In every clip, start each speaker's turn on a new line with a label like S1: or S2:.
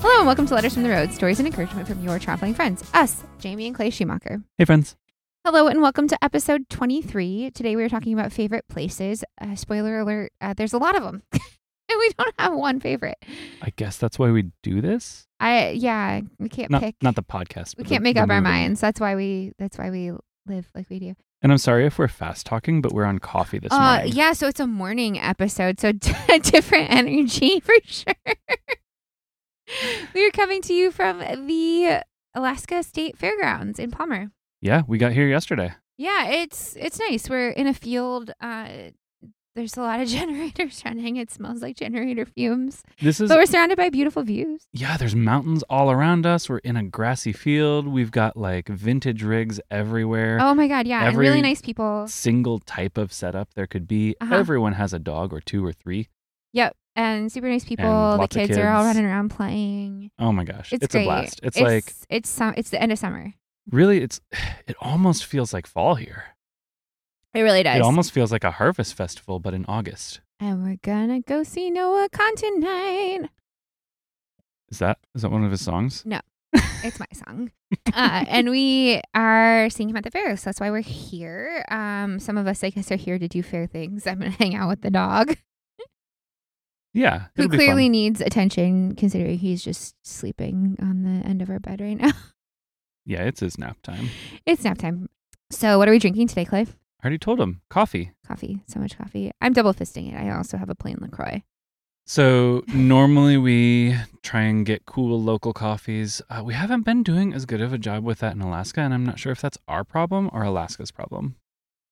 S1: Hello and welcome to Letters from the Road, stories and encouragement from your traveling friends, us, Jamie and Clay Schumacher.
S2: Hey, friends.
S1: Hello and welcome to episode 23. Today we are talking about favorite places. Uh, spoiler alert, uh, there's a lot of them. and we don't have one favorite.
S2: I guess that's why we do this.
S1: I yeah, we can't
S2: Not,
S1: pick.
S2: not the podcast.
S1: we
S2: but the-
S1: can't make
S2: the
S1: up our
S2: movie.
S1: minds. That's why we that's why we live like we do.
S2: And I'm sorry if we're fast talking, but we're on coffee this
S1: Uh,
S2: morning.
S1: yeah, so it's a morning episode, so d- different energy for sure. we are coming to you from the Alaska State Fairgrounds in Palmer.
S2: Yeah, we got here yesterday.
S1: Yeah, it's it's nice. We're in a field. Uh, there's a lot of generators running. It smells like generator fumes,
S2: This is
S1: but we're surrounded by beautiful views.
S2: yeah. There's mountains all around us. We're in a grassy field. We've got like vintage rigs everywhere.
S1: Oh my god, yeah, and really
S2: Every-
S1: nice people.
S2: Single type of setup there could be.
S1: Uh-huh.
S2: Everyone has a dog or two or three.
S1: Yep, and super nice people. the
S2: lots of
S1: kids, are all
S2: kids.
S1: running around playing.
S2: Oh my gosh,
S1: It's,
S2: it's,
S1: great.
S2: a blast. It's, like
S1: it's sum- it's the end of summer.
S2: really, it's it almost feels like fall here.
S1: It really does.
S2: It almost feels like a harvest festival, but in August.
S1: And we're gonna go see Noah Kahn tonight.
S2: Is that is that one of his songs?
S1: It's my song. Uh, and we are seeing him at the fair, so that's why we're here. Um, some of us, I guess, are here to do fair things. I'm gonna hang out with the dog,
S2: Yeah,
S1: who
S2: it'll be fun.
S1: clearly needs attention, considering he's just sleeping on the end of our bed right now.
S2: Yeah, it's his nap time.
S1: it's nap time. So, what are we drinking today, Clive?
S2: I already told him coffee.
S1: Coffee. So much coffee. I'm double fisting it. I also have a plain Lacroix.
S2: So normally we try and get cool local coffees. Uh, we haven't been doing as good of a job with that in Alaska, and I'm not sure if that's our problem or Alaska's problem.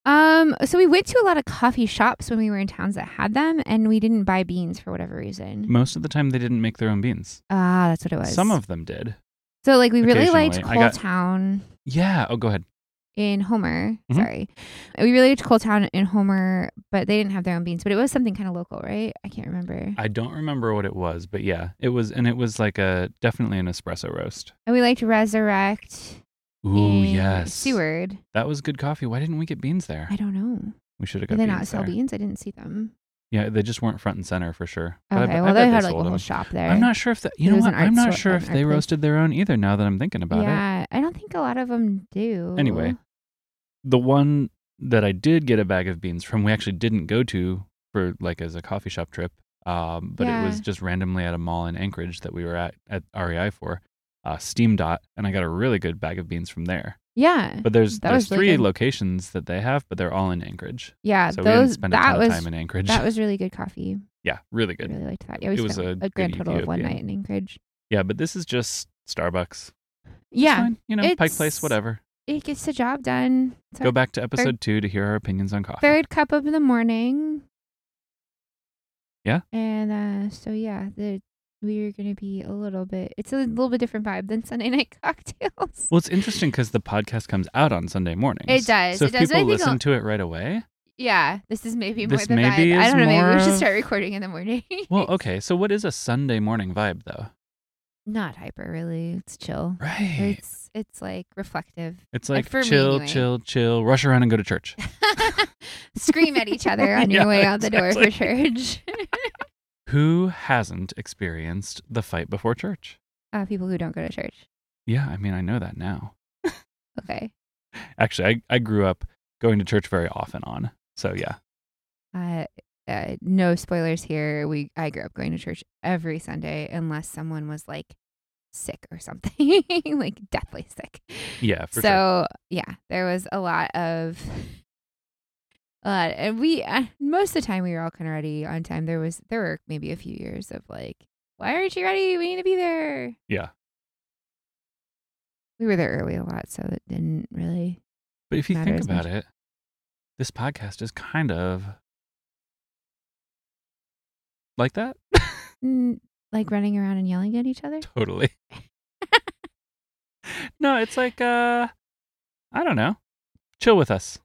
S1: Um, so we went to a lot of coffee shops when we were in towns that had them, and we didn't buy beans for whatever reason.
S2: Most of the time, they didn't make their own beans.
S1: Ah, that's what it was.
S2: Some of them did.
S1: so like we really liked
S2: Occasionally.
S1: Coal
S2: I got-
S1: Town
S2: Yeah. Oh, go ahead.
S1: in Homer.
S2: Mhm.
S1: Sorry, we really liked Coal Town in Homer, but they didn't have their own beans. But it was something kind of local, right? I can't remember.
S2: I don't remember what it was, but yeah, it was, and it was like a definitely an espresso roast.
S1: and we liked Resurrect.
S2: Ooh,
S1: in
S2: yes.
S1: Seward.
S2: That was good coffee. Why didn't we get beans there?
S1: I don't know.
S2: We should have
S1: Do
S2: got
S1: they
S2: beans
S1: not sell
S2: there.
S1: beans? I didn't see them.
S2: Yeah, they just weren't front and center for sure. But I
S1: Okay,
S2: bet- I
S1: well they
S2: bet
S1: had like a
S2: sold
S1: whole
S2: them.
S1: shop there.
S2: I'm not sure if that. You
S1: It
S2: know
S1: was an
S2: what?
S1: art
S2: I'm not
S1: store-
S2: sure
S1: an
S2: if
S1: art
S2: they
S1: place.
S2: roasted their own either. Now that I'm thinking about it,
S1: yeah, I don't think a lot of them do.
S2: Anyway. the one that I did get a bag of beans from, we actually didn't go to for like as a coffee shop trip, um, but it was
S1: Yeah.
S2: just randomly at a mall in Anchorage that we were at at REI for uh, Steam Dot, and I got a really good bag of beans from there.
S1: yeah,
S2: But there's
S1: That
S2: there's
S1: was really
S2: three
S1: good.
S2: locations that they have, but they're all in Anchorage.
S1: yeah.
S2: So we didn't
S1: those
S2: spend a
S1: that
S2: ton
S1: was
S2: of time in Anchorage.
S1: that was really good coffee.
S2: yeah, really
S1: I
S2: good.
S1: really liked that. Yeah, we
S2: It was
S1: spent
S2: a
S1: a, grand
S2: good
S1: total of one
S2: Ethiopian.
S1: night in Anchorage.
S2: Yeah, but this is just Starbucks. It's
S1: Yeah,
S2: fine, you know, Pike
S1: it's-
S2: Place, whatever.
S1: it gets the job done. It's
S2: Go
S1: our
S2: back to episode two to hear our opinions on coffee.
S1: third cup of the morning.
S2: Yeah.
S1: And uh, so yeah, the we're gonna be a little bit. It's a little bit different vibe than Sunday night cocktails.
S2: Well, it's interesting because the podcast comes out on Sunday mornings.
S1: It does.
S2: So
S1: It
S2: if
S1: does, and I
S2: people
S1: think
S2: listen
S1: I'll-
S2: to it right away,
S1: yeah, this is maybe more
S2: This
S1: the
S2: maybe
S1: vibe. I
S2: is
S1: don't know. Maybe
S2: more
S1: we should
S2: of-
S1: start recording in the morning.
S2: well, okay. So what is a Sunday morning vibe though?
S1: not hyper really. It's chill.
S2: Right.
S1: It's it's like reflective.
S2: It's like
S1: for me
S2: chill,
S1: anyway.
S2: chill, chill. Rush around and go to church.
S1: Scream at each other on your
S2: Yeah,
S1: way out the door for
S2: exactly.
S1: church.
S2: Who hasn't experienced the fight before church?
S1: uh, people who don't go to church.
S2: Yeah, I mean, I know that now.
S1: Okay.
S2: Actually, I, I grew up going to church very off and on. So yeah,
S1: Uh, uh, no spoilers here. We I grew up going to church every Sunday unless someone was like sick or something, like deathly sick.
S2: yeah, for sure.
S1: so yeah, there was a lot of a lot, and we uh, most of the time we were all kind of ready on time. There was there were maybe a few years of like, why aren't you ready? We need to be there.
S2: Yeah.
S1: We were there early a lot, so it didn't really.
S2: But if you
S1: matter
S2: think
S1: as
S2: about it, this podcast is kind of like that.
S1: Mm, like running around and yelling at each other.
S2: Totally. no, it's like uh I don't know. Chill with us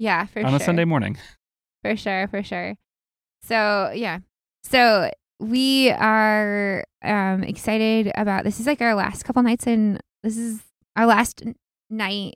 S1: Yeah, for
S2: on
S1: sure.
S2: a Sunday morning.
S1: for sure, for sure. So yeah, so we are um excited about this. Is like our last couple nights, and this is our last n- night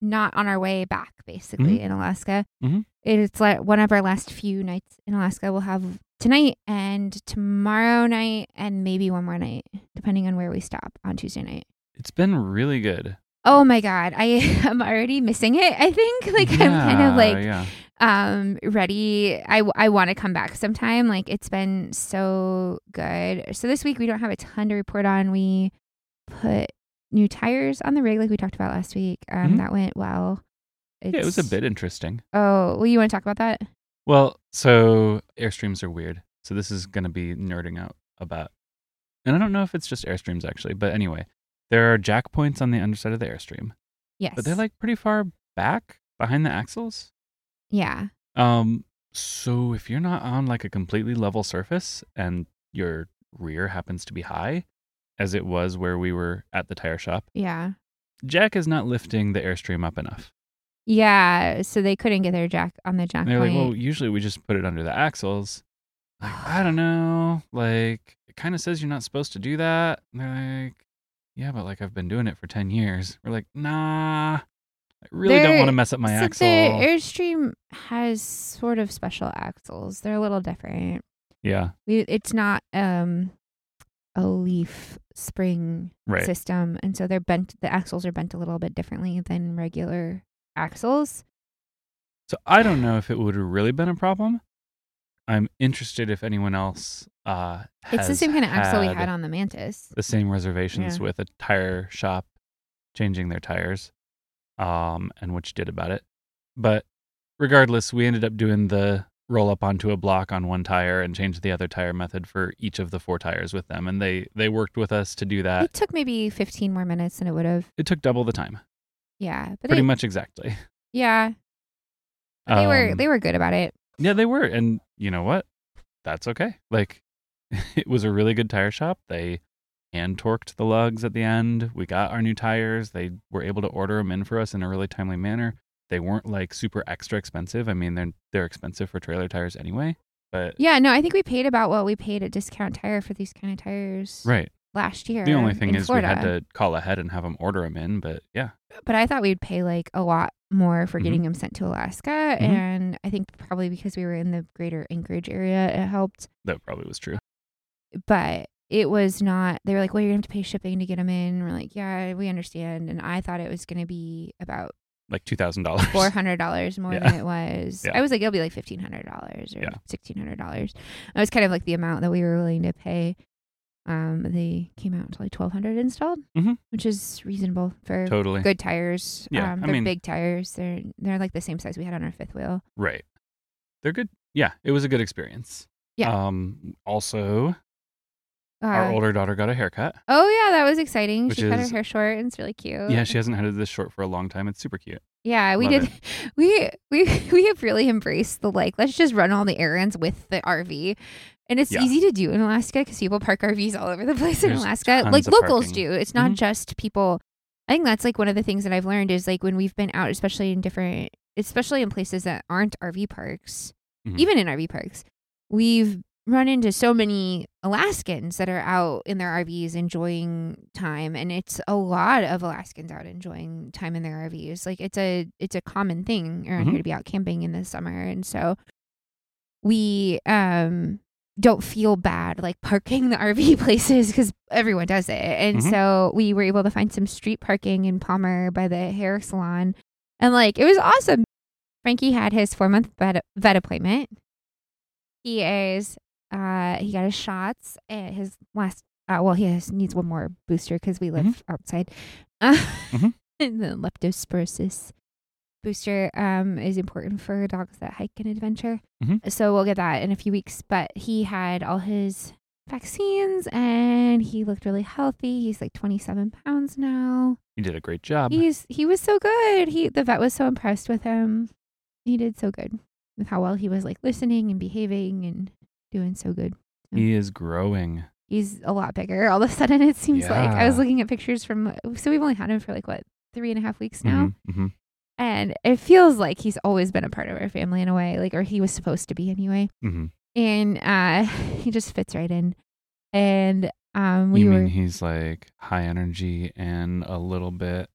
S1: not on our way back, basically in Alaska.
S2: Mhm.
S1: It's like one of our last few nights in Alaska. We'll have tonight and tomorrow night and maybe one more night, depending on where we stop on Tuesday night.
S2: It's been really good.
S1: Oh my god, I am already missing it. I think like I'm kind
S2: Yeah,
S1: of like
S2: yeah.
S1: um ready i i want to come back sometime like it's been so good so this week we don't have a ton to report on we put new tires on the rig like we talked about last week um
S2: Mhm.
S1: that went well
S2: yeah, it was a
S1: It's-
S2: bit interesting.
S1: oh well you want to talk about that
S2: Well, so airstreams are weird. So this is going to be nerding out about. And I don't know if it's just airstreams actually, but anyway, there are jack points on the underside of the airstream,
S1: yes
S2: but they're like pretty far back behind the axles.
S1: yeah
S2: Um, so if you're not on like a completely level surface and your rear happens to be high, as it was where we were at the tire shop,
S1: yeah
S2: Jack is not lifting the airstream up enough.
S1: yeah so they couldn't get their jack on the jack
S2: And they're like,
S1: point
S2: well, usually we just put it under the axles. Like, I don't know. Like, it kind of says you're not supposed to do that. And they're like, yeah, but like I've been doing it for 10 years. We're like, nah, I really don't
S1: They're-
S2: want to mess up my
S1: so
S2: axle.
S1: the airstream has sort of special axles they're a little different
S2: yeah,
S1: we, it's not um a leaf spring
S2: right.
S1: system and so they're bent the axles are bent a little bit differently than regular axles
S2: So I don't know if it would have really been a problem. I'm interested if anyone else uh,
S1: it's the
S2: has
S1: same kind of axle we
S2: had
S1: had on the mantis
S2: the same reservations
S1: Yeah.
S2: with a tire shop changing their tires um, and what you did about it. But regardless, we ended up doing the roll up onto a block on one tire and changed the other tire method for each of the four tires with them. And they, they worked with us to do that.
S1: it took maybe 15 more minutes than it would have
S2: It took double the time,
S1: yeah but
S2: pretty
S1: they,
S2: much exactly.
S1: yeah but they were
S2: Um,
S1: they were good about it
S2: Yeah, they were. And you know what? That's okay. Like, it was a really good tire shop. They hand torqued the lugs at the end. We got our new tires. They were able to order them in for us in a really timely manner. They weren't like super extra expensive. I mean, they're they're expensive for trailer tires anyway. But
S1: yeah no i think we paid about what we paid at discount tire for these kind of tires
S2: right,
S1: last year
S2: the only thing
S1: in
S2: is
S1: Florida.
S2: we had to call ahead and have them order them in. But yeah,
S1: but I thought we'd pay like a lot more for
S2: Mhm.
S1: getting them sent to Alaska.
S2: Mhm.
S1: And I think probably because we were in the greater Anchorage area, it helped.
S2: that probably was true.
S1: But it was not, they were like, well, you're going to have to pay shipping to get them in. We're like, yeah, we understand. And I thought it was going to be about
S2: Like two thousand dollars.
S1: $400 more
S2: Yeah.
S1: than it was.
S2: Yeah.
S1: I was like, it'll be like $1,500 or
S2: Yeah.
S1: $1,600. That was kind of like the amount that we were willing to pay. Um, they came out to like 1200 installed,
S2: Mhm.
S1: which is reasonable for
S2: Totally
S1: good tires.
S2: Yeah,
S1: um,
S2: I
S1: they're
S2: mean-
S1: big tires. They're they're like the same size we had on our fifth wheel.
S2: right. They're good. Yeah, it was a good experience.
S1: Yeah.
S2: Um. Also,
S1: Uh,
S2: our older daughter got a haircut.
S1: oh yeah, that was exciting.
S2: Which
S1: She cut her
S2: is-
S1: hair short and it's really cute.
S2: Yeah, she hasn't had it this short for a long time. It's super cute.
S1: Yeah, we
S2: Love
S1: did. We we we have really embraced the like. Let's just run all the errands with the RV, and it's
S2: Yeah.
S1: easy to do in Alaska because people park RVs all over the place in
S2: There's
S1: Alaska.
S2: tons
S1: Like
S2: of
S1: locals
S2: parking.
S1: do. It's not
S2: Mhm.
S1: just people. I think that's like one of the things that I've learned is like when we've been out, especially in different, especially in places that aren't RV parks,
S2: Mhm.
S1: even in RV parks, we've run into so many Alaskans that are out in their RVs enjoying time and it's a lot of Alaskans out enjoying time in their RVs. Like it's a it's a common thing around
S2: Mhm.
S1: here to be out camping in the summer and so we um don't feel bad like parking the RV places cuz everyone does it. And
S2: Mhm.
S1: so we were able to find some street parking in Palmer by the hair salon and like it was awesome. Frankie had his 4-month vet, vet appointment. He is uh he got his shots at his last uh well he has needs one more booster because we live outside uh,
S2: Mhm.
S1: and the leptospirosis booster um is important for dogs that hike and adventure
S2: Mhm.
S1: so we'll get that in a few weeks but he had all his vaccines and he looked really healthy he's like 27 pounds now
S2: You did a great job.
S1: he's he was so good he the vet was so impressed with him he did so good with how well he was like listening and behaving and doing so good
S2: He is growing.
S1: he's a lot bigger all of a sudden it seems like i was
S2: Yeah.
S1: looking at pictures from so we've only had him for like what three and a half weeks now
S2: Mhm, mhm.
S1: and it feels like he's always been a part of our family in a way like or he was supposed to be anyway
S2: Mhm.
S1: and uh he just fits right in and um we
S2: you
S1: were
S2: mean he's like high energy and a little bit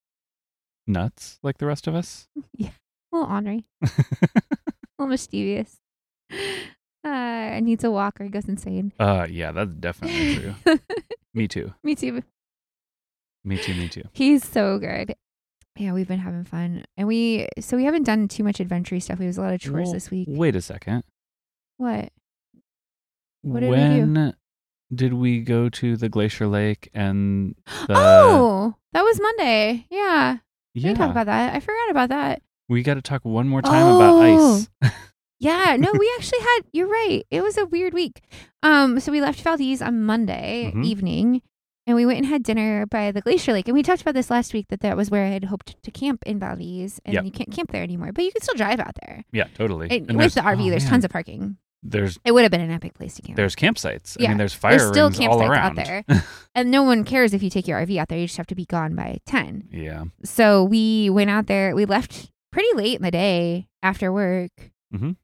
S2: nuts like the rest of us?
S1: a little ornery a little mischievous uh, needs a walk or he goes insane.
S2: Uh, yeah, that's definitely true. me too.
S1: Me too.
S2: Me too. Me too.
S1: He's so good. Yeah, we've been having fun, and we so we haven't done too much adventure stuff. We was a lot of chores
S2: Well,
S1: this week.
S2: Wait a second.
S1: What? What did we do?
S2: when did we go to the Glacier Lake and the?
S1: oh, that was Monday. Yeah, we
S2: yeah,
S1: didn't talk about that. I forgot about that.
S2: we got to talk one more time
S1: Oh!
S2: about ice.
S1: Yeah, no, we actually had. You're right. It was a weird week. Um, so we left Valdez on Monday
S2: Mhm.
S1: evening, and we went and had dinner by the glacier lake. And we talked about this last week that that was where I had hoped to camp in Valdez, and
S2: Yep.
S1: you can't camp there anymore, but you can still drive out there.
S2: Yeah, totally.
S1: And
S2: And
S1: with
S2: there's-
S1: the RV,
S2: oh,
S1: there's
S2: man,
S1: tons of parking.
S2: there's
S1: It would have been an epic place to camp.
S2: there's campsites. I
S1: Yeah,
S2: mean, there's fire
S1: There's still
S2: rings all
S1: campsites out
S2: around.
S1: there, and no one cares if you take your RV out there. You just have to be gone by ten.
S2: Yeah,
S1: So we went out there. We left pretty late in the day after work,
S2: Mhm.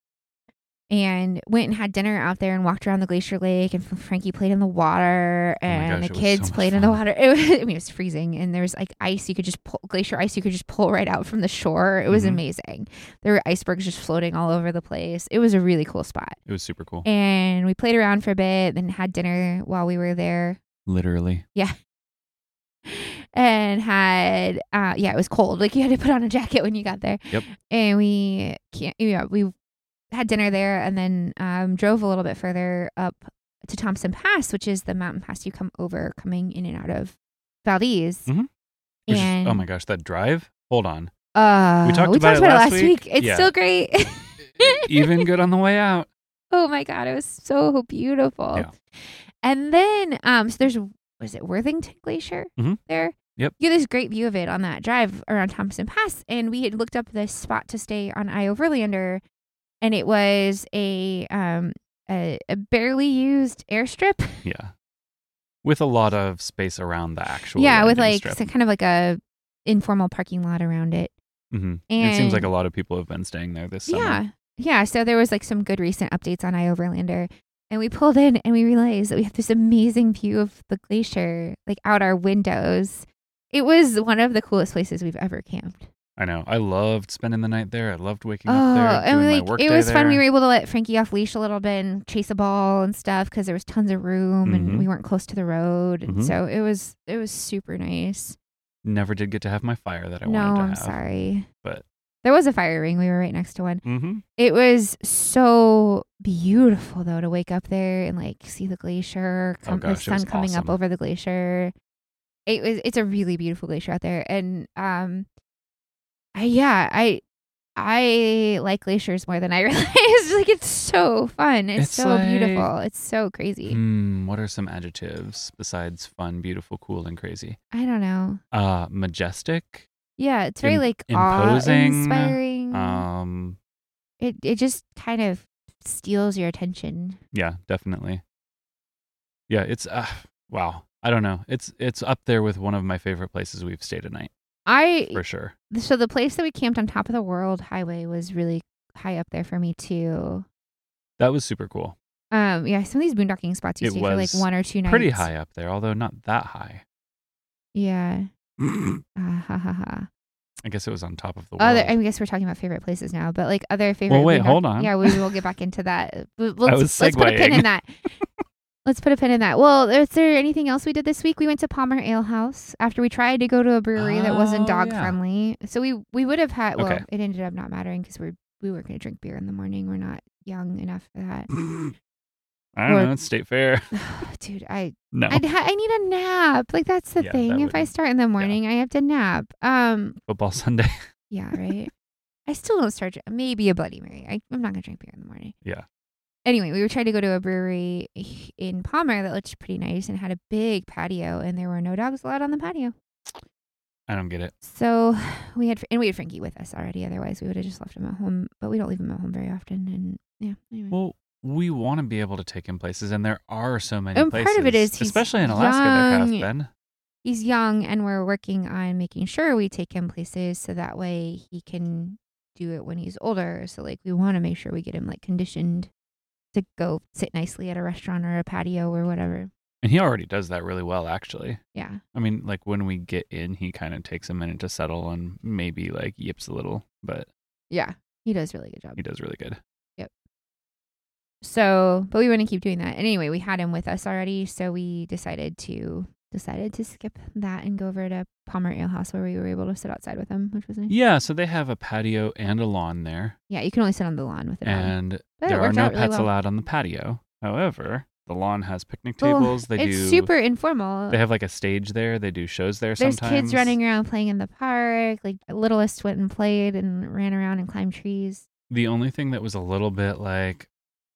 S1: and went and had dinner out there and walked around the glacier lake. And Frankie played in the water,
S2: Oh my
S1: and
S2: gosh,
S1: the
S2: it was so
S1: kids
S2: much
S1: played in the
S2: fun.
S1: water. It was, I mean, it was freezing, and there was like ice you could just pull glacier ice you could just pull right out from the shore. It was
S2: Mhm.
S1: amazing. There were icebergs just floating all over the place. It was a really cool spot.
S2: it was super cool.
S1: And we played around for a bit, then had dinner while we were there
S2: Literally.
S1: and had uh yeah it was cold like you had to put on a jacket when you got there
S2: Yep.
S1: and we can't yeah we had dinner there and then um drove a little bit further up to thompson pass which is the mountain pass you come over coming in and out of valdez
S2: Mhm. Which is-
S1: and
S2: oh my gosh, that drive. Hold on.
S1: uh,
S2: We talked about it last
S1: week,
S2: week.
S1: it's
S2: Yeah.
S1: still great
S2: Even good on the way out.
S1: oh my god it was so beautiful
S2: Yeah.
S1: and then um so there's was it worthington glacier
S2: Mhm.
S1: there
S2: Yep.
S1: you get this great view of it on that drive around thompson pass and we had looked up this spot to stay on io verlander and it was a um a, a barely used airstrip
S2: Yeah. With a lot of space around the actual.
S1: yeah with
S2: landing
S1: like
S2: strip.
S1: so kind of like a informal parking lot around it
S2: Mhm.
S1: and
S2: It seems like a lot of people have been staying there this summer.
S1: Yeah. Yeah. So there was like some good recent updates on iOverlander. And we pulled in and we realized that we have this amazing view of the glacier, like out our windows. It was one of the coolest places we've ever camped.
S2: I know. I loved spending the night there. I loved waking
S1: oh,
S2: up there.
S1: and
S2: Doing
S1: like
S2: my work
S1: it
S2: day
S1: was fun. We
S2: there.
S1: were able to let Frankie off leash a little bit and chase a ball and stuff because there was tons of room
S2: Mhm.
S1: and we weren't close to the road. And
S2: Mhm.
S1: so it was it was super nice.
S2: Never did get to have my fire that I
S1: no,
S2: wanted to
S1: I'm
S2: have.
S1: sorry.
S2: but-
S1: there was a fire ring. We were right next to one.
S2: Mm-hmm.
S1: It was so beautiful though to wake up there and like see the glacier,
S2: Oh
S1: come, the
S2: gosh, it was
S1: sun coming up
S2: awesome.
S1: over the glacier. It was it's a really beautiful glacier out there, and um, I, yeah, I I like glaciers more than I realized. like it's so fun, it's,
S2: It's
S1: so
S2: like-
S1: beautiful, it's so crazy.
S2: Hmm. What are some adjectives besides fun, beautiful, cool, and crazy?
S1: I don't know.
S2: Uh, majestic.
S1: Yeah, it's very
S2: Im-
S1: like
S2: imposing,
S1: inspiring.
S2: Um,
S1: it it just kind of steals your attention.
S2: yeah, definitely. Yeah, it's uh, wow. I don't know. It's it's up there with one of my favorite places we've stayed at night
S1: I
S2: for sure.
S1: so the place that we camped on top of the world highway was really high up there for me too
S2: That was super cool.
S1: um yeah some of these boondocking spots you
S2: It
S1: stay for like
S2: was
S1: one or two nights
S2: Pretty high up there, although not that high.
S1: yeah
S2: I
S1: Ah, ha ha ha
S2: guess it was on top of the world.
S1: other i guess we're talking about favorite places now but like other favorite
S2: Well, wait,
S1: boondock-
S2: hold on.
S1: yeah we will get back into that But let's,
S2: was
S1: let's put a pin
S2: segueing.
S1: in that let's put a pin in that well is there anything else we did this week we went to palmer ale house after we tried to go to a brewery that wasn't
S2: Oh,
S1: dog
S2: yeah.
S1: friendly so we we would have had well
S2: Okay.
S1: it ended up not mattering because we're we weren't going to drink beer in the morning we're not young enough for that
S2: I don't
S1: Or-
S2: know. It's State Fair.
S1: dude i
S2: No.
S1: I'd ha- i need a nap like that's the
S2: Yeah, that
S1: thing if i
S2: would-
S1: start in the morning i have to nap um
S2: Football Sunday.
S1: yeah right i still don't start dr- maybe a bloody mary I, i'm not gonna drink beer in the morning
S2: Yeah.
S1: anyway we were trying to go to a brewery h- in palmer that looked pretty nice and had a big patio and there were no dogs allowed on the patio
S2: I don't get it.
S1: so we had and we had frankie with us already otherwise we would have just left him at home but we don't leave him at home very often and yeah anyway.
S2: Well, we want to be able to take him places, and there are so many
S1: And part
S2: places.
S1: of it is he's
S2: especially in Alaska, there have
S1: young.
S2: been.
S1: he's young and we're working on making sure we take him places so that way he can do it when he's older so like we want to make sure we get him like conditioned to go sit nicely at a restaurant or a patio or whatever
S2: And he already does that really well, actually.
S1: yeah
S2: I mean, like when we get in, he kind of takes a minute to settle and maybe like yips a little, but
S1: yeah he does a really good job
S2: he does really good.
S1: So, but we want to keep doing that. And anyway, we had him with us already, so we decided to decided to skip that and go over to Palmer Ale House where we were able to sit outside with him, which was nice.
S2: Yeah, so they have a patio and a lawn there,
S1: Yeah, you can only sit on the lawn with it. on.
S2: and
S1: But it
S2: there are
S1: worked
S2: no
S1: out really
S2: pets
S1: well.
S2: allowed on the patio. However, the lawn has picnic
S1: Well,
S2: tables. they
S1: it's
S2: do.
S1: super informal.
S2: They have like a stage there. They do shows there
S1: There's
S2: sometimes.
S1: kids running around playing in the park. Like littlest went and played and ran around and climbed trees.
S2: The only thing that was a little bit like,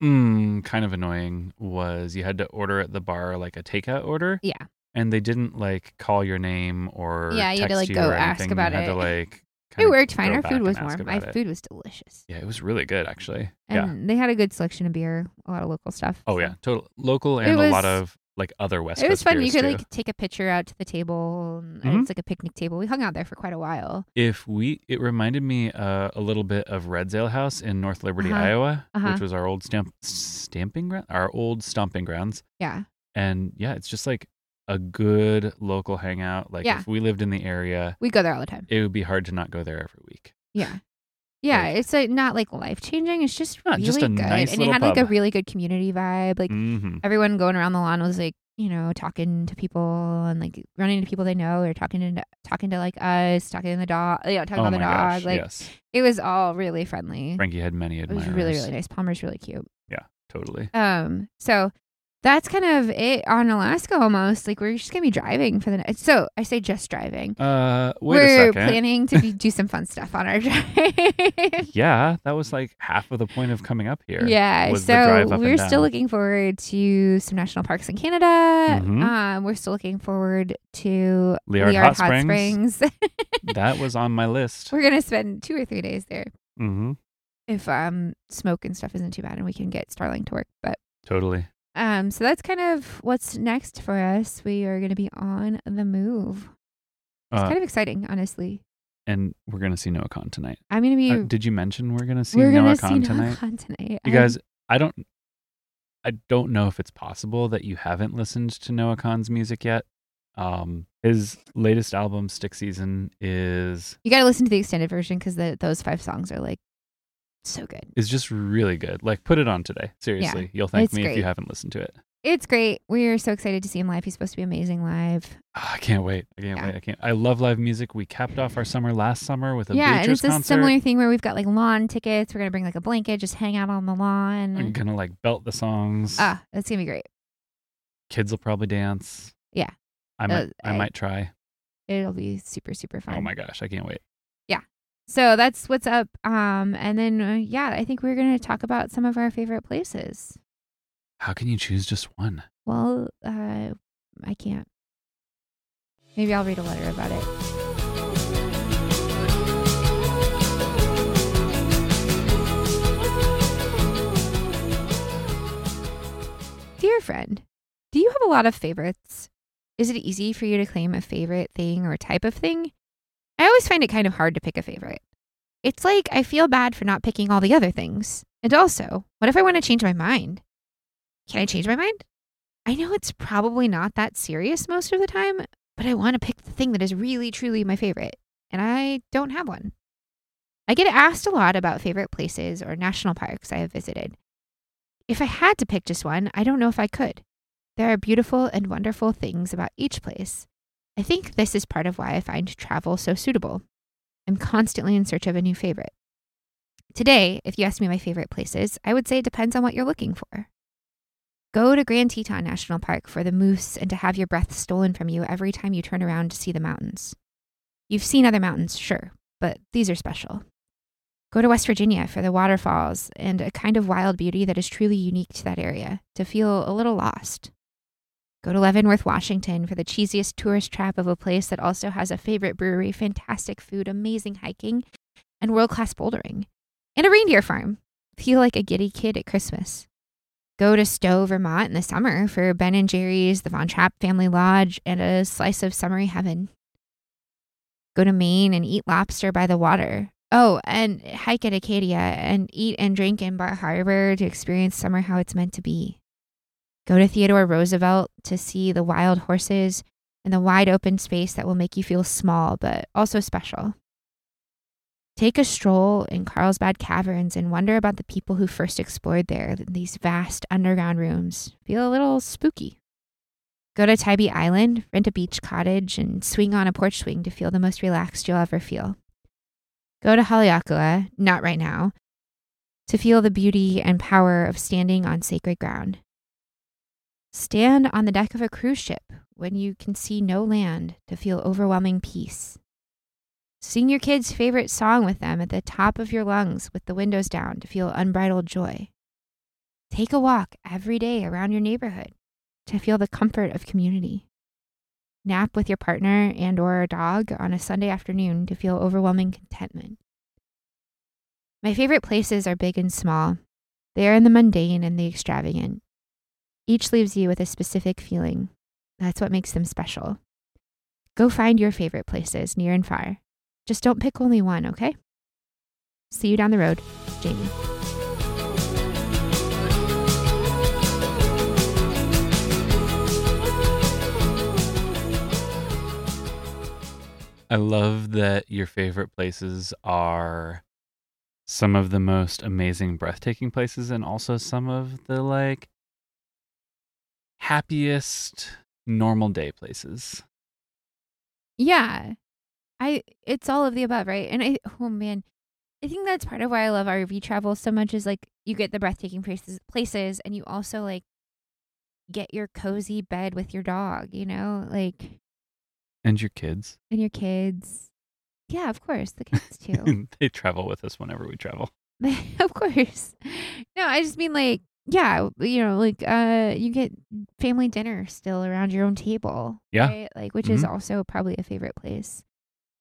S2: mm, kind of annoying was you had to order at the bar like a takeout order.
S1: Yeah.
S2: And they didn't like call your name or
S1: Yeah, you had to,
S2: text
S1: like,
S2: you
S1: go
S2: or
S1: ask
S2: anything. You
S1: about
S2: had to,
S1: it.
S2: like,
S1: It
S2: kinda
S1: worked fine.
S2: go
S1: Our
S2: back
S1: food was
S2: and ask
S1: warm. My
S2: about it.
S1: food was delicious.
S2: Yeah, it was really good actually. yeah.
S1: And they had a good selection of beer, a lot of local stuff.
S2: Oh
S1: so.
S2: yeah, total local
S1: It
S2: and a
S1: was-
S2: lot of like other West
S1: It was
S2: Coast
S1: fun. You
S2: beers,
S1: could
S2: too.
S1: like take a picture out to the table. And
S2: Mhm.
S1: It's like a picnic table. We hung out there for quite a while.
S2: if we it reminded me uh, a little bit of Red's Ale House in North Liberty,
S1: Uh-huh.
S2: Iowa,
S1: Uh-huh.
S2: which was our old stamp stamping ground, our old stomping grounds.
S1: Yeah.
S2: And yeah, it's just like a good local hangout. Like
S1: Yeah.
S2: if we lived in the area,
S1: We go there all the time.
S2: it would be hard to not go there every week.
S1: Yeah. Yeah,
S2: Like-
S1: it's like not like life changing. It's just
S2: Yeah,
S1: really
S2: just a
S1: good.
S2: nice
S1: and it
S2: little
S1: had like a
S2: pub.
S1: really good community vibe. Like
S2: hmm
S1: everyone going around the lawn was like, you know, talking to people and like running to people they know or talking to talking to like us, talking to the dog, you know, talking
S2: Oh
S1: about
S2: my
S1: the dog.
S2: gosh!
S1: like
S2: yes,
S1: it was all really friendly.
S2: Frankie had many
S1: It was
S2: admirers.
S1: really really nice. Palmer's really cute.
S2: Totally.
S1: Um, so that's kind of it on Alaska almost. Like we're just gonna be driving for the night. So I say just driving.
S2: Uh, wait
S1: we're
S2: a second.
S1: planning to be, do some fun stuff on our drive.
S2: yeah, that was like half of the point of coming up here.
S1: Yeah,
S2: was the drive
S1: so
S2: up
S1: we're
S2: and
S1: still
S2: down.
S1: looking forward to some national parks in Canada.
S2: Mhm.
S1: Um, we're still looking forward to
S2: Liard
S1: Liard
S2: Hot Springs.
S1: Springs.
S2: that was on my list.
S1: we're gonna spend two or three days there
S2: Mm-hmm.
S1: if um smoke and stuff isn't too bad and we can get Starlink to work. But
S2: Totally.
S1: um, so that's kind of what's next for us. We are gonna be on the move. It's
S2: Uh,
S1: kind of exciting, honestly.
S2: and we're gonna see Noah Khan tonight.
S1: I'm gonna be.
S2: Uh, did you mention we're gonna see
S1: we're
S2: Noah
S1: gonna
S2: Khan
S1: see
S2: tonight?
S1: Noah Khan tonight.
S2: You
S1: I'm-
S2: guys, I don't, I don't know if it's possible that you haven't listened to Noah Khan's music yet. Um, his latest album, Stick Season, is
S1: Um, you gotta listen to the extended version because those five songs are like so good.
S2: is just really good. Like, put it on today. Seriously, you'll thank
S1: it's
S2: me if
S1: great.
S2: you haven't listened to it.
S1: It's great. We are so excited to see him live. He's supposed to be amazing live.
S2: Ah, I can't wait. I can't
S1: Yeah.
S2: wait. I can't. I love live music. We capped off our summer last summer with a
S1: yeah, and
S2: Bleachers
S1: it's a
S2: concert.
S1: similar thing where we've got like lawn tickets. We're gonna bring like a blanket, just hang out on the
S2: I'm
S1: lawn.
S2: gonna like belt the songs.
S1: Ah, that's gonna be great.
S2: Kids will probably dance.
S1: Yeah.
S2: I might.
S1: Uh,
S2: I,
S1: I-
S2: might try.
S1: It'll be super super fun.
S2: Oh my gosh, I can't wait.
S1: So that's what's up. Um, and then uh, yeah, I think we're gonna talk about some of our favorite places.
S2: How can you choose just one?
S1: Well, uh, I can't. Maybe I'll read a letter about it. Dear friend, do you have a lot of favorites? Is it easy for you to claim a favorite thing or type of thing? I always find it kind of hard to pick a favorite. It's like I feel bad for not picking all the other things. And also, what if I want to change my mind? Can I change my mind? I know it's probably not that serious most of the time, but I want to pick the thing that is really, truly my favorite, and I don't have one. I get asked a lot about favorite places or national parks I have visited. If I had to pick just one, I don't know if I could. There are beautiful and wonderful things about each place. I think this is part of why I find travel so suitable. I'm constantly in search of a new favorite. Today, if you asked me my favorite places, I would say it depends on what you're looking for. Go to Grand Teton National Park for the moose and to have your breath stolen from you every time you turn around to see the mountains. You've seen other mountains, sure, but these are special. Go to West Virginia for the waterfalls and a kind of wild beauty that is truly unique to that area, to feel a little lost. Go to Leavenworth, Washington for the cheesiest tourist trap of a place that also has a favorite brewery, fantastic food, amazing hiking, and world class bouldering. And a reindeer farm. Feel like a giddy kid at Christmas go to Stowe, Vermont in the summer for Ben and Jerry's, the Von Trapp Family Lodge, and a slice of summery heaven. Go to Maine and eat lobster by the water. Oh, and hike at Acadia and eat and drink in Bar Harbor to experience summer how it's meant to be. Go to Theodore Roosevelt to see the wild horses and the wide open space that will make you feel small but also special. Take a stroll in Carlsbad Caverns and wonder about the people who first explored there, these vast underground rooms. Feel a little spooky. Go to Tybee Island, rent a beach cottage, and swing on a porch swing to feel the most relaxed you'll ever feel. Go to Haleakala, not right now, to feel the beauty and power of standing on sacred ground. Stand on the deck of a cruise ship when you can see no land to feel overwhelming peace. Sing your kids' favorite song with them at the top of your lungs with the windows down to feel unbridled joy. Take a walk every day around your neighborhood to feel the comfort of community. Nap with your partner and or a dog on a Sunday afternoon to feel overwhelming contentment. My favorite places are big and small. They are in the mundane and the extravagant. Each leaves you with a specific feeling. That's what makes them special. Go find your favorite places near and far. Just don't pick only one, okay? See you down the road, Jamie.
S2: I love that your favorite places are some of the most amazing, breathtaking places, and also some of the like happiest normal day places.
S1: Yeah. I it's all of the above, right? And I oh man, I think that's part of why I love RV travel so much is like you get the breathtaking places places and you also like get your cozy bed with your dog, you know? Like
S2: And your kids.
S1: and your kids. Yeah, of course, the kids too.
S2: they travel with us whenever we travel.
S1: of course. No, I just mean like yeah, you know, like uh you get family dinner still around your own table.
S2: Yeah.
S1: Right? Like which is also probably a favorite place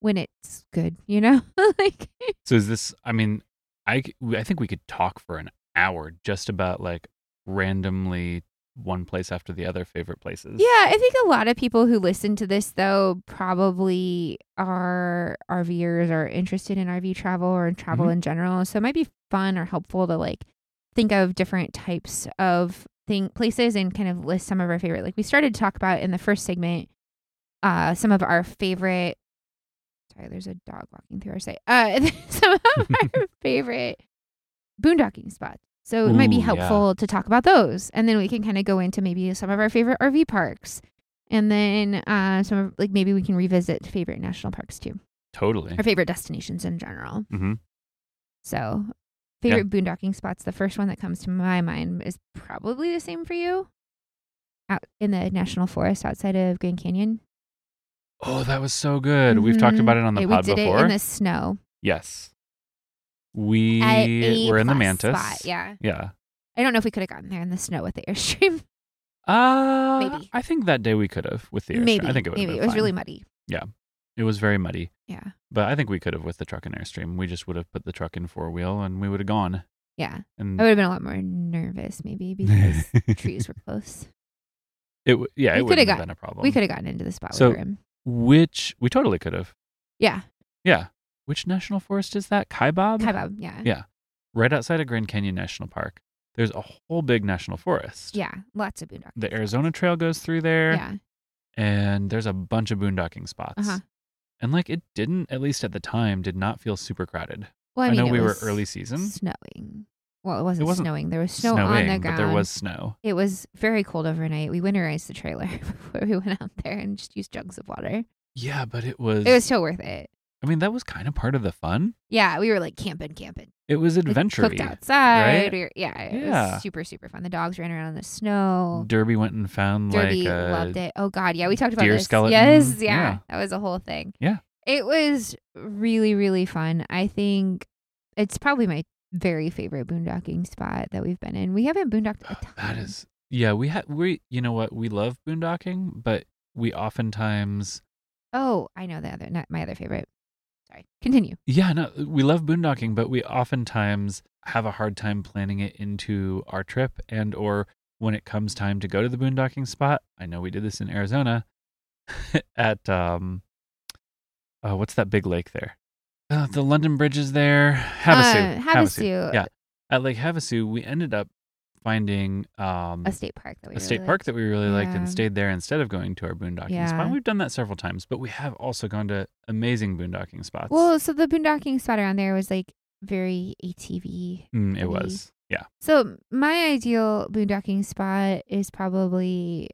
S1: when it's good, you know? like
S2: So is this? I mean, I c- I think we could talk for an hour just about like randomly one place after the other favorite places.
S1: Yeah, I think a lot of people who listen to this though probably are RVers or interested in RV travel or in travel
S2: Mhm.
S1: in general. So it might be fun or helpful to like think of different types of thing places and kind of list some of our favorite. Like we started to talk about in the first segment uh some of our favorite sorry, there's a dog walking through our site. Uh some of our favorite boondocking spots. So it might
S2: Ooh,
S1: be
S2: yeah.
S1: helpful to talk about those. And then we can kind of go into maybe some of our favorite RV parks. And then uh, some of, like, maybe we can revisit favorite national parks too,
S2: totally.
S1: our favorite destinations in general.
S2: Mhm.
S1: So,
S2: Yeah.
S1: favorite boondocking spots, the first one that comes to my mind is probably the same for you out in the national forest outside of Grand Canyon.
S2: Oh, that was so good. We've talked
S1: Mhm.
S2: about it on the
S1: Yeah,
S2: pod
S1: we did
S2: before.
S1: It in the snow.
S2: yes, we
S1: At a
S2: were in the
S1: plus
S2: mantis.
S1: Spot. Yeah.
S2: Yeah.
S1: I don't know if we could have gotten there in the snow with the airstream.
S2: Uh,
S1: Maybe.
S2: I think that day we could have with the airstream.
S1: maybe.
S2: I think it would.
S1: maybe. It was really
S2: Muddy.
S1: muddy.
S2: It was very muddy,
S1: Yeah.
S2: but I think we could have with the truck and airstream. We just would have put the truck in four wheel and we would have gone.
S1: Yeah.
S2: And
S1: I would have been a lot more nervous maybe because trees were close.
S2: It w- yeah,
S1: We
S2: it
S1: coulda
S2: would have
S1: got-
S2: been a problem.
S1: We could have gotten into the spot
S2: So-
S1: we were in.
S2: which we totally could have.
S1: Yeah.
S2: Yeah, which national forest is that? Kaibab,
S1: Kaibab, yeah.
S2: Yeah. right outside of Grand Canyon National Park. There's a whole big national forest.
S1: Yeah. Lots of boondocking.
S2: the
S1: spots.
S2: Arizona Trail goes through there,
S1: Yeah.
S2: and there's a bunch of boondocking spots.
S1: Uh-huh.
S2: And like it didn't, at least at the time, did not feel super crowded.
S1: Well, I, mean,
S2: know
S1: it
S2: we were
S1: was
S2: early season,
S1: Snowing. Well, it wasn't,
S2: wasn't
S1: snowing. There was snow
S2: snowing,
S1: on the ground.
S2: but there was snow.
S1: It was very cold overnight. We winterized the trailer before we went out there and just used jugs of water.
S2: Yeah, but it was.
S1: It was so worth it.
S2: I mean, that was kind of part of the fun.
S1: Yeah, we were like camping, camping.
S2: It was
S1: Like,
S2: adventure.
S1: cooked outside.
S2: right?
S1: We were- yeah, it
S2: Yeah.
S1: was super, super fun. The dogs ran around in the snow.
S2: Derby went and found
S1: Derby
S2: Mm, like uh, a
S1: loved it. Oh God, yeah, we talked about
S2: deer
S1: this.
S2: skeleton. Mm,
S1: Yes, yeah,
S2: Yeah.
S1: that was a whole thing.
S2: Yeah.
S1: it was really really fun. I think it's probably my very favorite boondocking spot that we've been in. We haven't boondocked a
S2: Oh,
S1: ton.
S2: That is, yeah, we have, we, you know what, we love boondocking, but we oftentimes,
S1: Oh, I know the other, not my other favorite. Sorry, continue.
S2: yeah, no, we love boondocking, but we oftentimes have a hard time planning it into our trip and or when it comes time to go to the boondocking spot. I know we did this in Arizona at, um, uh, what's that big lake there? Uh, the London Bridge is there. Havasu.
S1: Uh, Havasu.
S2: Yeah. At Lake Havasu, we ended up finding um,
S1: a state park that we
S2: a state
S1: really
S2: park
S1: liked.
S2: that we really liked
S1: Yeah.
S2: and stayed there instead of going to our boondocking
S1: Yeah.
S2: spot. We've done that several times, but we have also gone to amazing boondocking spots.
S1: Well, so the boondocking spot around there was like very ATV.
S2: Mm, it
S1: we-
S2: was. Yeah.
S1: So my ideal boondocking spot is probably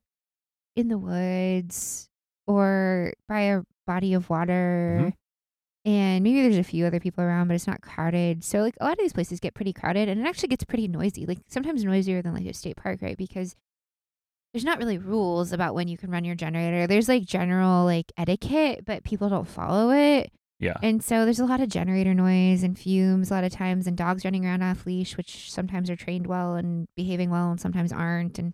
S1: in the woods or by a body of water. And maybe there's a few other people around, but it's not crowded. So like a lot of these places get pretty crowded and it actually gets pretty noisy. Like sometimes noisier than like a state park, right? Because there's not really rules about when you can run your generator. There's like general like etiquette, but people don't follow it.
S2: Yeah.
S1: And so there's a lot of generator noise and fumes a lot of times and dogs running around off leash, which sometimes are trained well and behaving well and sometimes aren't. And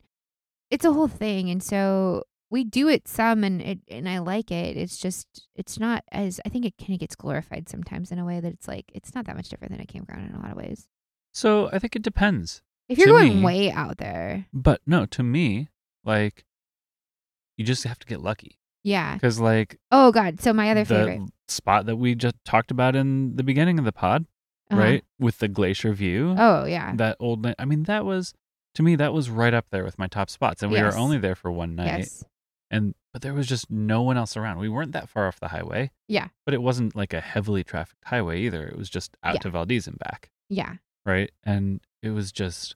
S1: it's a whole thing. And so we do it some and it, and I like it. It's just it's not as I think it kind of gets glorified sometimes in a way that it's like it's not that much different than a campground in a lot of ways.
S2: So I think it depends.
S1: If you're
S2: To
S1: going
S2: me-
S1: way out there.
S2: But no, to me, like you just have to get lucky
S1: Yeah.
S2: because like
S1: Oh god. So my other
S2: the
S1: favorite.
S2: spot that we just talked about in the beginning of the pod,
S1: Uh-huh.
S2: right, with the glacier view,
S1: Oh yeah.
S2: that old. ni- I mean, that was to me that was right up there with my top spots, and we
S1: Yes.
S2: were only there for one night.
S1: Yes.
S2: and but there was just no one else around. We weren't that far off the highway.
S1: Yeah.
S2: But it wasn't like a heavily trafficked highway either. It was just out
S1: Yeah.
S2: to Valdez and back,
S1: Yeah.
S2: right? And it was just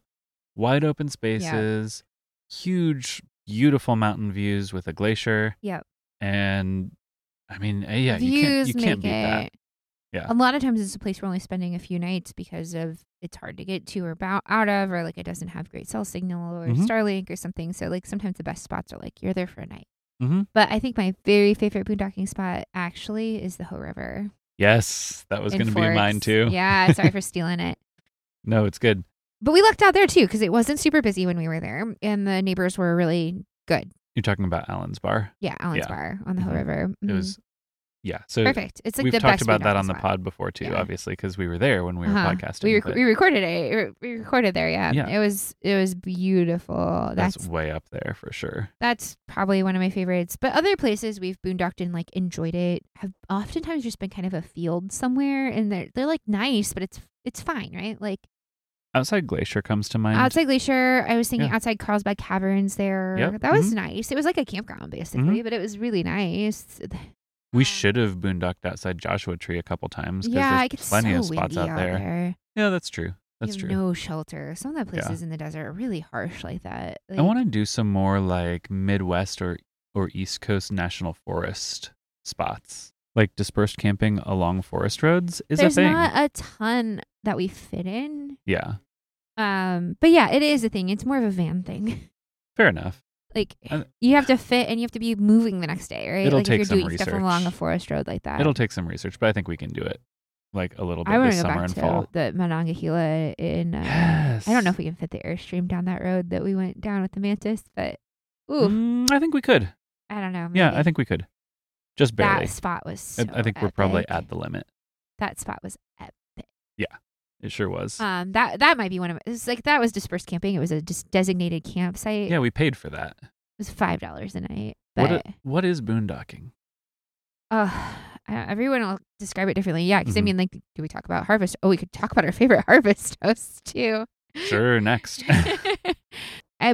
S2: wide open spaces, huge, beautiful mountain views with a glacier.
S1: Yep.
S2: And I mean, eh, yeah, you
S1: Views
S2: can't you can't beat
S1: make
S2: that.
S1: it.
S2: Yeah.
S1: A lot of times it's a place we're only spending a few nights because of it's hard to get to or bou- out of or like it doesn't have great cell signal or
S2: Mhm.
S1: Starlink or something. So like sometimes the best spots are like you're there for a night.
S2: Mhm.
S1: But I think my very favorite boondocking spot actually is the Ho River.
S2: Yes, that was
S1: in
S2: going to be mine
S1: Forks.
S2: too.
S1: Yeah, sorry for stealing it.
S2: No, it's good.
S1: But we lucked out there too because it wasn't super busy when we were there, and the neighbors were really good.
S2: You're talking about Allen's Bar.
S1: Yeah, Allen's
S2: Yeah.
S1: Bar on the Ho
S2: Mhm.
S1: River.
S2: It
S1: Mhm.
S2: was yeah. So
S1: perfect. It's like
S2: we've
S1: the
S2: talked
S1: best
S2: about that
S1: boondocking
S2: on the
S1: spot.
S2: pod before too,
S1: Yeah.
S2: obviously, because we were there when we were
S1: Uh-huh.
S2: podcasting.
S1: We, rec-
S2: but
S1: we recorded it. Re- We recorded there. Yeah.
S2: Yeah.
S1: It was it was beautiful. That's
S2: that's
S1: that's,
S2: way up there for sure.
S1: probably one of my favorites. But other places we've boondocked and like enjoyed it have oftentimes just been kind of a field somewhere, and they're they're like nice, but it's it's fine, right? Like
S2: Outside Glacier comes to mind.
S1: outside Glacier, I was thinking
S2: Yeah.
S1: outside Carlsbad Caverns. There,
S2: Yep. Mm-hmm.
S1: that was nice. It was like a campground basically, but it was really nice.
S2: we should have boondocked outside Joshua Tree a couple times. 'cause
S1: Yeah,
S2: there's
S1: it gets
S2: plenty
S1: so
S2: of spots
S1: windy
S2: out there. Yeah, that's true. That's
S1: you
S2: true.
S1: have no shelter. Some of the
S2: Yeah.
S1: places in the desert are really harsh like that.
S2: I
S1: Like,
S2: want to do some more like Midwest or or East Coast National Forest spots, like dispersed camping along forest roads is
S1: there's
S2: a thing.
S1: not a ton that we fit in.
S2: yeah,
S1: Um, but yeah, it is a thing. It's more of a van thing.
S2: fair enough.
S1: like
S2: And-
S1: you have to fit and you have to be moving the next day, right?
S2: It'll
S1: like
S2: take
S1: if
S2: some
S1: you're doing stuff along a
S2: research.
S1: forest road like that.
S2: It'll take some research, but I think we can do it like a little bit
S1: I want
S2: this
S1: to go
S2: summer
S1: back
S2: and
S1: to
S2: fall.
S1: the Monongahela in. Uh,
S2: Yes.
S1: I don't know if we can fit the airstream down that road that we went down with the mantis, but ooh,
S2: Mm, I think we could.
S1: I don't know.
S2: Yeah,
S1: maybe.
S2: I think we could. Just barely.
S1: that spot was. So
S2: I- I think we're probably
S1: epic.
S2: at the limit.
S1: that spot was epic.
S2: It sure was.
S1: Um, that that might be one of it's like that was dispersed camping. It was a just designated campsite.
S2: yeah, we paid for that.
S1: It was five dollars a night,
S2: What,
S1: but
S2: i- what is boondocking?
S1: uh, everyone will describe it differently. Yeah, because I
S2: Mhm.
S1: mean, like, do we talk about harvest? Oh, we could talk about our favorite harvest hosts too.
S2: Sure, next.
S1: uh,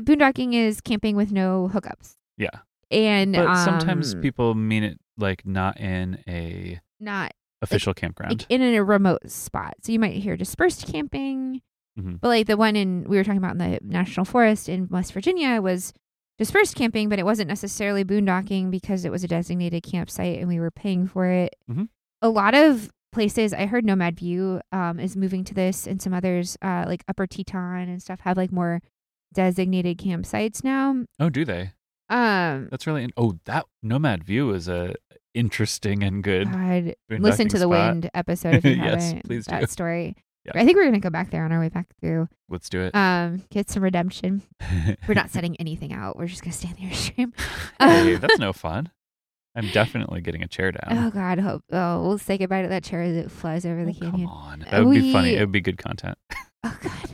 S1: boondocking is camping with no hookups.
S2: Yeah.
S1: and
S2: but sometimes
S1: um,
S2: people mean it like not in a
S1: not
S2: official campground.
S1: like in a remote spot. So you might hear dispersed camping,
S2: Mhm.
S1: but like the one in we were talking about in the national forest in West Virginia was dispersed camping, but it wasn't necessarily boondocking because it was a designated campsite and we were paying for it.
S2: Mhm.
S1: A lot of places I heard Nomad View um, is moving to this, and some others uh, like Upper Teton and stuff have like more designated campsites now.
S2: oh, do they?
S1: Um,
S2: That's really in- oh that Nomad View is a interesting and good.
S1: God, listen
S2: boondocking
S1: to the
S2: spot.
S1: wind episode if you haven't.
S2: Yes, please do.
S1: that story.
S2: Yeah.
S1: I think we're gonna go back there on our way back through.
S2: Let's do it.
S1: Um, get some redemption. We're not setting anything out. We're just gonna stay in the airstream.
S2: hey, that's no fun. I'm definitely getting a chair down.
S1: Um, oh God, hope. Oh, we'll say goodbye to that chair as it flies over the
S2: Oh, come
S1: canyon.
S2: on, that would be funny.
S1: Uh, We-
S2: It would be good content.
S1: Oh God.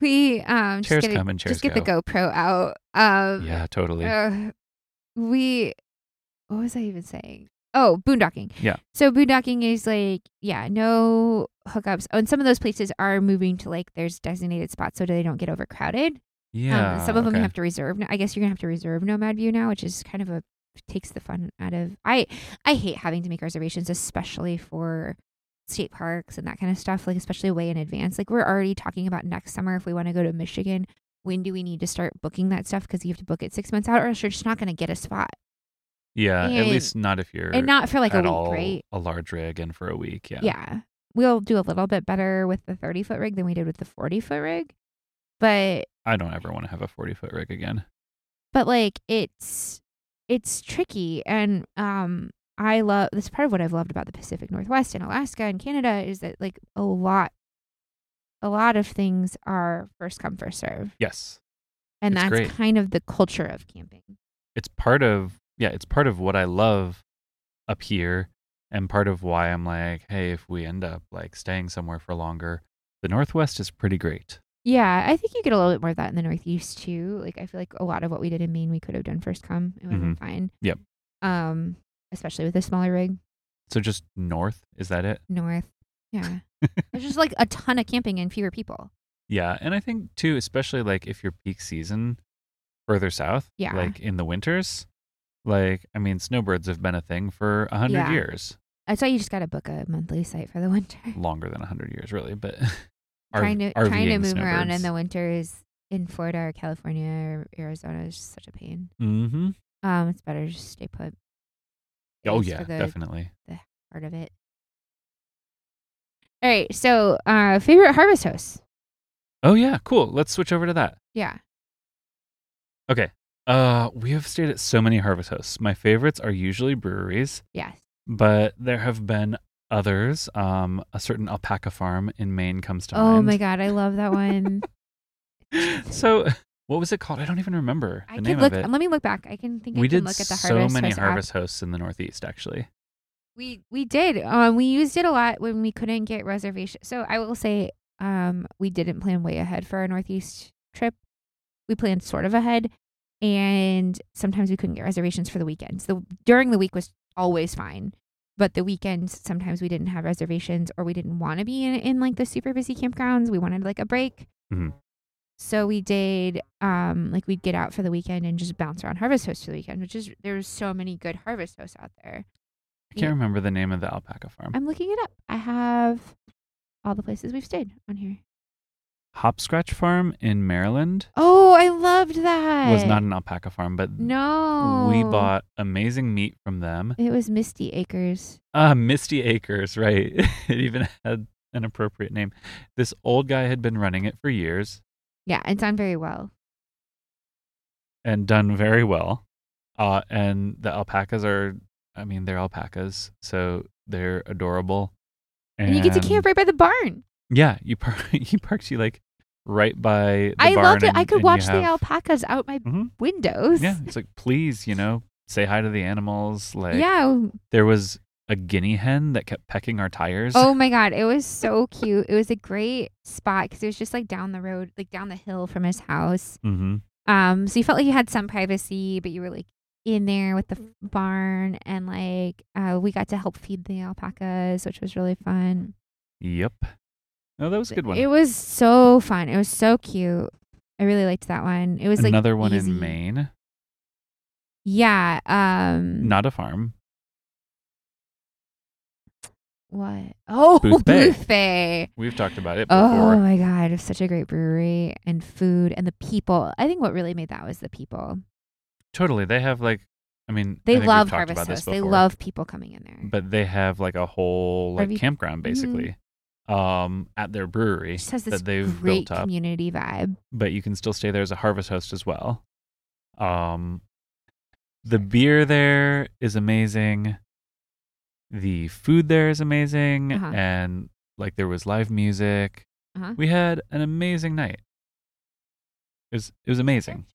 S1: We um
S2: Chairs
S1: just get, a-
S2: come and chairs
S1: just get the GoPro out. Um,
S2: Yeah, totally.
S1: uh, we. What was I even saying? Oh, boondocking.
S2: Yeah.
S1: So boondocking is like, yeah, no hookups. Oh, and some of those places are moving to like there's designated spots so they don't get overcrowded.
S2: Yeah.
S1: um, some of them you
S2: okay.
S1: have to reserve. I guess you're gonna have to reserve Nomad View now, which is kind of a takes the fun out of. I I hate having to make reservations, especially for state parks and that kind of stuff. Like especially way in advance. Like we're already talking about next summer if we want to go to Michigan. When do we need to start booking that stuff? Because you have to book it six months out, or else you're just not gonna get a spot,
S2: Yeah, at
S1: and-
S2: least not if you're
S1: and not for like a
S2: at
S1: week,
S2: all
S1: right?
S2: a large rig and for a week. Yeah.
S1: yeah we'll do a little bit better with the 30 foot rig than we did with the 40 foot rig but
S2: I don't ever want to have a 40 foot rig again.
S1: but like it's it's tricky and um i love that's part of what i've loved about the pacific northwest and alaska and canada is that like a lot a lot of things are first come first serve
S2: Yes.
S1: and
S2: It's
S1: that's
S2: great.
S1: kind of the culture of camping
S2: It's part of, yeah, it's part of what I love up here and part of why I'm like, hey, if we end up like staying somewhere for longer, the Northwest is pretty great.
S1: yeah i think you get a little bit more of that in the northeast too like i feel like a lot of what we did in maine we could have done first come it would have been fine
S2: Mm-hmm. Yep.
S1: um especially with a smaller rig
S2: So just north, is that it?
S1: north. Yeah. There's just like a ton of camping and fewer people.
S2: Yeah, and I think too, especially like if your peak season further south,
S1: Yeah.
S2: like in the winters, like I mean, snowbirds have been a thing for a hundred
S1: Yeah.
S2: years,
S1: That's why you just got to book a monthly site for the winter.
S2: longer than a hundred years, really. But
S1: trying to trying to
S2: RVing
S1: move around in
S2: snowbirds.
S1: the winter is in Florida or California or Arizona is such a pain.
S2: Mhm.
S1: Um, it's better to just stay put. At
S2: Oh
S1: least
S2: yeah,
S1: for the
S2: definitely.
S1: part of it. All right, so uh, favorite harvest hosts.
S2: Oh yeah, cool. Let's switch over to that.
S1: Yeah,
S2: Okay. Uh, we have stayed at so many harvest hosts. My favorites are usually breweries.
S1: yes,
S2: but there have been others. Um, a certain alpaca farm in Maine comes to mind.
S1: Oh my god, I love that one.
S2: god! So, what was it called? I don't even remember the
S1: I
S2: name
S1: can look.
S2: of it.
S1: Let me look back. I can think.
S2: we
S1: I can
S2: did
S1: look at the
S2: so
S1: harvest
S2: many
S1: host app.
S2: harvest hosts in the Northeast, actually.
S1: We we did. Um, we used it a lot when we couldn't get reservations. So I will say, um, we didn't plan way ahead for our Northeast trip. We planned sort of ahead, and sometimes we couldn't get reservations for the weekends. The during the week was always fine, but the weekends sometimes we didn't have reservations or we didn't want to be in in like the super busy campgrounds. We wanted like a break.
S2: Mhm.
S1: So we did um like we'd get out for the weekend and just bounce around harvest hosts for the weekend, which is there's so many good harvest hosts out there.
S2: I can't
S1: Yeah.
S2: remember the name of the alpaca farm.
S1: I'm looking it up. I have all the places we've stayed on here.
S2: Hopscotch Farm in Maryland
S1: Oh, I loved that.
S2: was not an alpaca farm, but
S1: No.
S2: we bought amazing meat from them.
S1: It was Misty Acres.
S2: Ah, Misty Acres, right. it even had an appropriate name. This old guy had been running it for years.
S1: Yeah, it's done very well.
S2: and done very well. Uh, and the alpacas are, I mean, they're alpacas, so they're adorable.
S1: And, you get to camp right by the barn.
S2: Yeah, you park, you parked you like right by. The
S1: I
S2: barn
S1: loved it. I
S2: and-
S1: could
S2: and you
S1: watch the
S2: have-
S1: alpacas out my
S2: Mhm.
S1: windows.
S2: Yeah, it's like please, you know, say hi to the animals. Like,
S1: yeah.
S2: there was a guinea hen that kept pecking our tires.
S1: Oh my God. It was so cute. It was a great spot because it was just like down the road, like down the hill from his house.
S2: hmm
S1: Um, so you felt like you had some privacy, but you were like in there with the f-
S2: Mm-hmm.
S1: barn, and like uh, we got to help feed the alpacas, which was really fun.
S2: Yep. Oh, that was a good one.
S1: It was so fun. It was so cute. I really liked that one. It was like
S2: Another one
S1: easy.
S2: in Maine,
S1: Yeah. Um.
S2: not a farm.
S1: What? Oh,
S2: Booth
S1: Booth
S2: Bay.
S1: Bay.
S2: We've talked about it
S1: Oh
S2: before.
S1: my God! It's such a great brewery and food and the people. I think what really made that was the people.
S2: Totally, they have like, I mean, I
S1: They
S2: think we've
S1: love
S2: talked
S1: Harvest
S2: about this
S1: Host. They
S2: before.
S1: love people coming in there.
S2: but they have like a whole like
S1: RV
S2: campground basically um at their brewery
S1: It just has this
S2: that they've
S1: great
S2: built up
S1: community vibe.
S2: but you can still stay there as a harvest host as well um the beer there is amazing the food there is amazing
S1: Uh-huh.
S2: and like there was live music
S1: Uh-huh.
S2: we had an amazing night it was it was amazing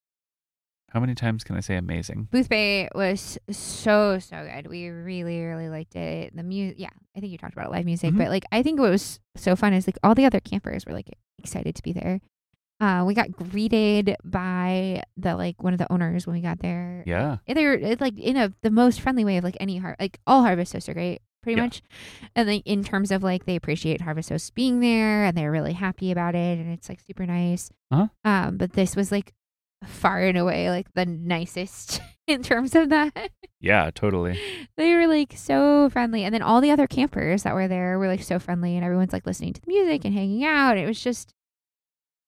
S2: how many times can i say amazing
S1: Booth Bay was so so good. We really really liked it. The music, yeah, I think you talked about live music,
S2: Mhm.
S1: but like I think what was so fun is like all the other campers were like excited to be there, Uh, we got greeted by the like one of the owners when we got there.
S2: Yeah.
S1: And they were it, like in a the most friendly way of like any har like all harvest hosts are great pretty
S2: Yeah.
S1: much, and like in terms of like they appreciate harvest hosts being there and they're really happy about it and it's like super nice.
S2: Uh-huh.
S1: Um, but this was like far and away like the nicest in terms of that.
S2: Yeah, totally.
S1: they were like so friendly, and then all the other campers that were there were like so friendly, and everyone's like listening to the music and hanging out. It was just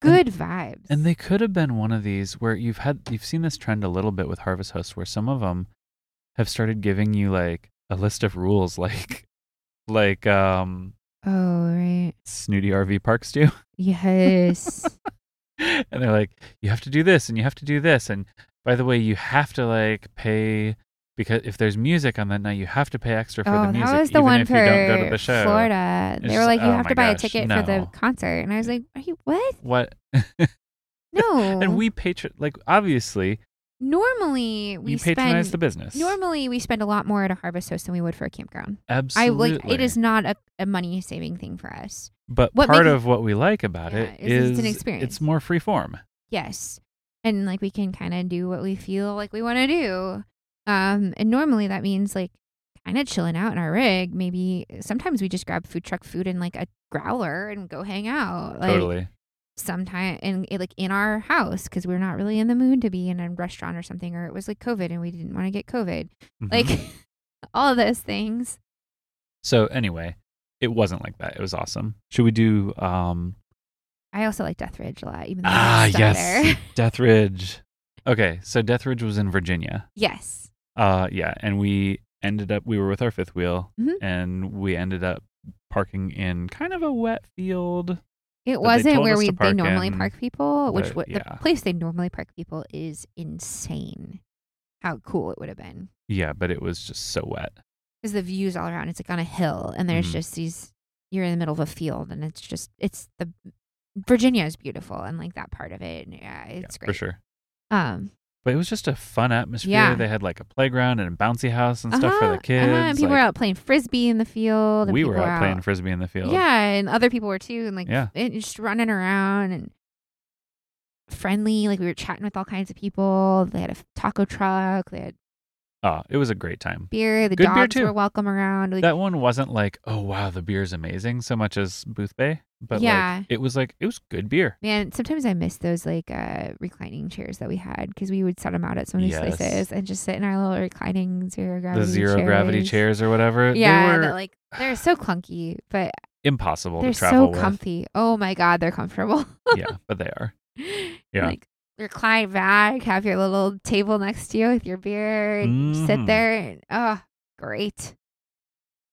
S1: good vibes.
S2: And they could have been one of these where you've had you've seen this trend a little bit with harvest hosts where some of them have started giving you like a list of rules like like um
S1: oh right.
S2: snooty RV parks do.
S1: Yes.
S2: and they're like, you have to do this and you have to do this. And by the way, you have to like pay because if there's music on that night, you have to pay extra for
S1: oh,
S2: the music,
S1: that was the
S2: even
S1: one
S2: if
S1: for
S2: you don't go to the show.
S1: Florida.
S2: It's
S1: they were like,
S2: just-
S1: you
S2: oh
S1: have
S2: my
S1: to buy
S2: gosh,
S1: a ticket for the
S2: no.
S1: concert, and I was like, are you what?
S2: What?
S1: No.
S2: And we patron like obviously
S1: normally we
S2: you
S1: spend
S2: patronize the business.
S1: normally we spend a lot more at a harvest host than we would for a campground.
S2: Absolutely.
S1: I like it is not a, a money saving thing for us.
S2: But
S1: what
S2: part
S1: makes-
S2: of what we like about
S1: Yeah,
S2: it
S1: is
S2: is
S1: it's an experience.
S2: It's more free form.
S1: Yes. And like we can kind of do what we feel like we want to do. Um and normally that means like kind of chilling out in our rig, maybe sometimes we just grab food truck food and like a growler and go hang out. Like
S2: totally.
S1: sometime and it, like in our house because we're not really in the mood to be in a restaurant or something or it was like covid and we didn't want to get covid
S2: Mhm.
S1: like all those things
S2: so anyway, it wasn't like that. It was awesome. Should we do um
S1: i also like death ridge a lot even though
S2: Ah
S1: ah
S2: yes.
S1: there.
S2: Deathridge. Okay, so Deathridge was in Virginia.
S1: yes
S2: Uh, yeah, and we ended up we were with our fifth wheel,
S1: Mhm.
S2: and we ended up parking in kind of a wet field.
S1: it
S2: they
S1: wasn't
S2: told
S1: where
S2: us
S1: we
S2: to
S1: they
S2: park
S1: normally
S2: in
S1: park people which
S2: the-
S1: would
S2: yeah.
S1: the place they normally park people is insane how cool it would have been
S2: Yeah, but it was just so wet.
S1: because the views all around it's like on a hill and there's
S2: Mhm.
S1: just these you're in the middle of a field and it's just it's the virginia is beautiful and like that part of it and yeah
S2: Yeah,
S1: it's
S2: for
S1: great
S2: sure.
S1: Um,
S2: But it was just a fun atmosphere.
S1: Yeah.
S2: They had like a playground and a bouncy house and stuff for the kids.
S1: Uh-huh, and people were
S2: like,
S1: out playing frisbee in the field. And
S2: we
S1: people
S2: were out, playing frisbee in the field.
S1: Yeah, and other people were too, and like
S2: Yeah.
S1: and just running around and friendly. Like we were chatting with all kinds of people. They had a f- taco truck. They had
S2: Oh, it was a great time.
S1: beer. The
S2: Good beer,
S1: dogs
S2: too.
S1: were welcome around. Like,
S2: that one wasn't like, oh wow, the beer's amazing, so much as Booth Bay, but
S1: Yeah.
S2: like it was like it was good beer.
S1: man, sometimes I miss those like uh reclining chairs that we had because we would set them out at some of these
S2: Yes.
S1: places and just sit in our little reclining zero gravity
S2: the zero gravity chairs or whatever,
S1: Yeah,
S2: they were
S1: that, like they're so clunky, but
S2: impossible
S1: they're
S2: to travel
S1: so
S2: with.
S1: comfy. Oh my god, they're comfortable.
S2: yeah, but they are. Yeah.
S1: yeah. Like recline back, have your little table next to you with your beer, and
S2: Mhm.
S1: sit there. And, oh, great.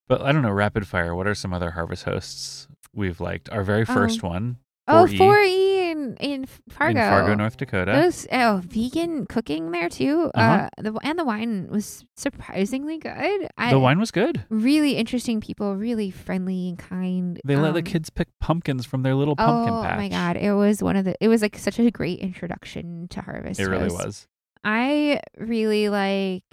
S2: But I don't know, rapid fire. What are some other harvest hosts we've liked? Our very
S1: Oh.
S2: first one
S1: Oh,
S2: 4E.
S1: 4E in, in Fargo.
S2: E? in Fargo, North Dakota.
S1: Those, oh, vegan cooking there too.
S2: Uh-huh.
S1: uh the, and the wine was surprisingly good. I,
S2: the wine was good.
S1: Really interesting people, really friendly and kind.
S2: They let the
S1: Um,
S2: kids pick pumpkins from their little pumpkin
S1: oh
S2: patch.
S1: my god, it was one of the. It was like such a great introduction to harvest.
S2: It really
S1: Host.
S2: was.
S1: I really like.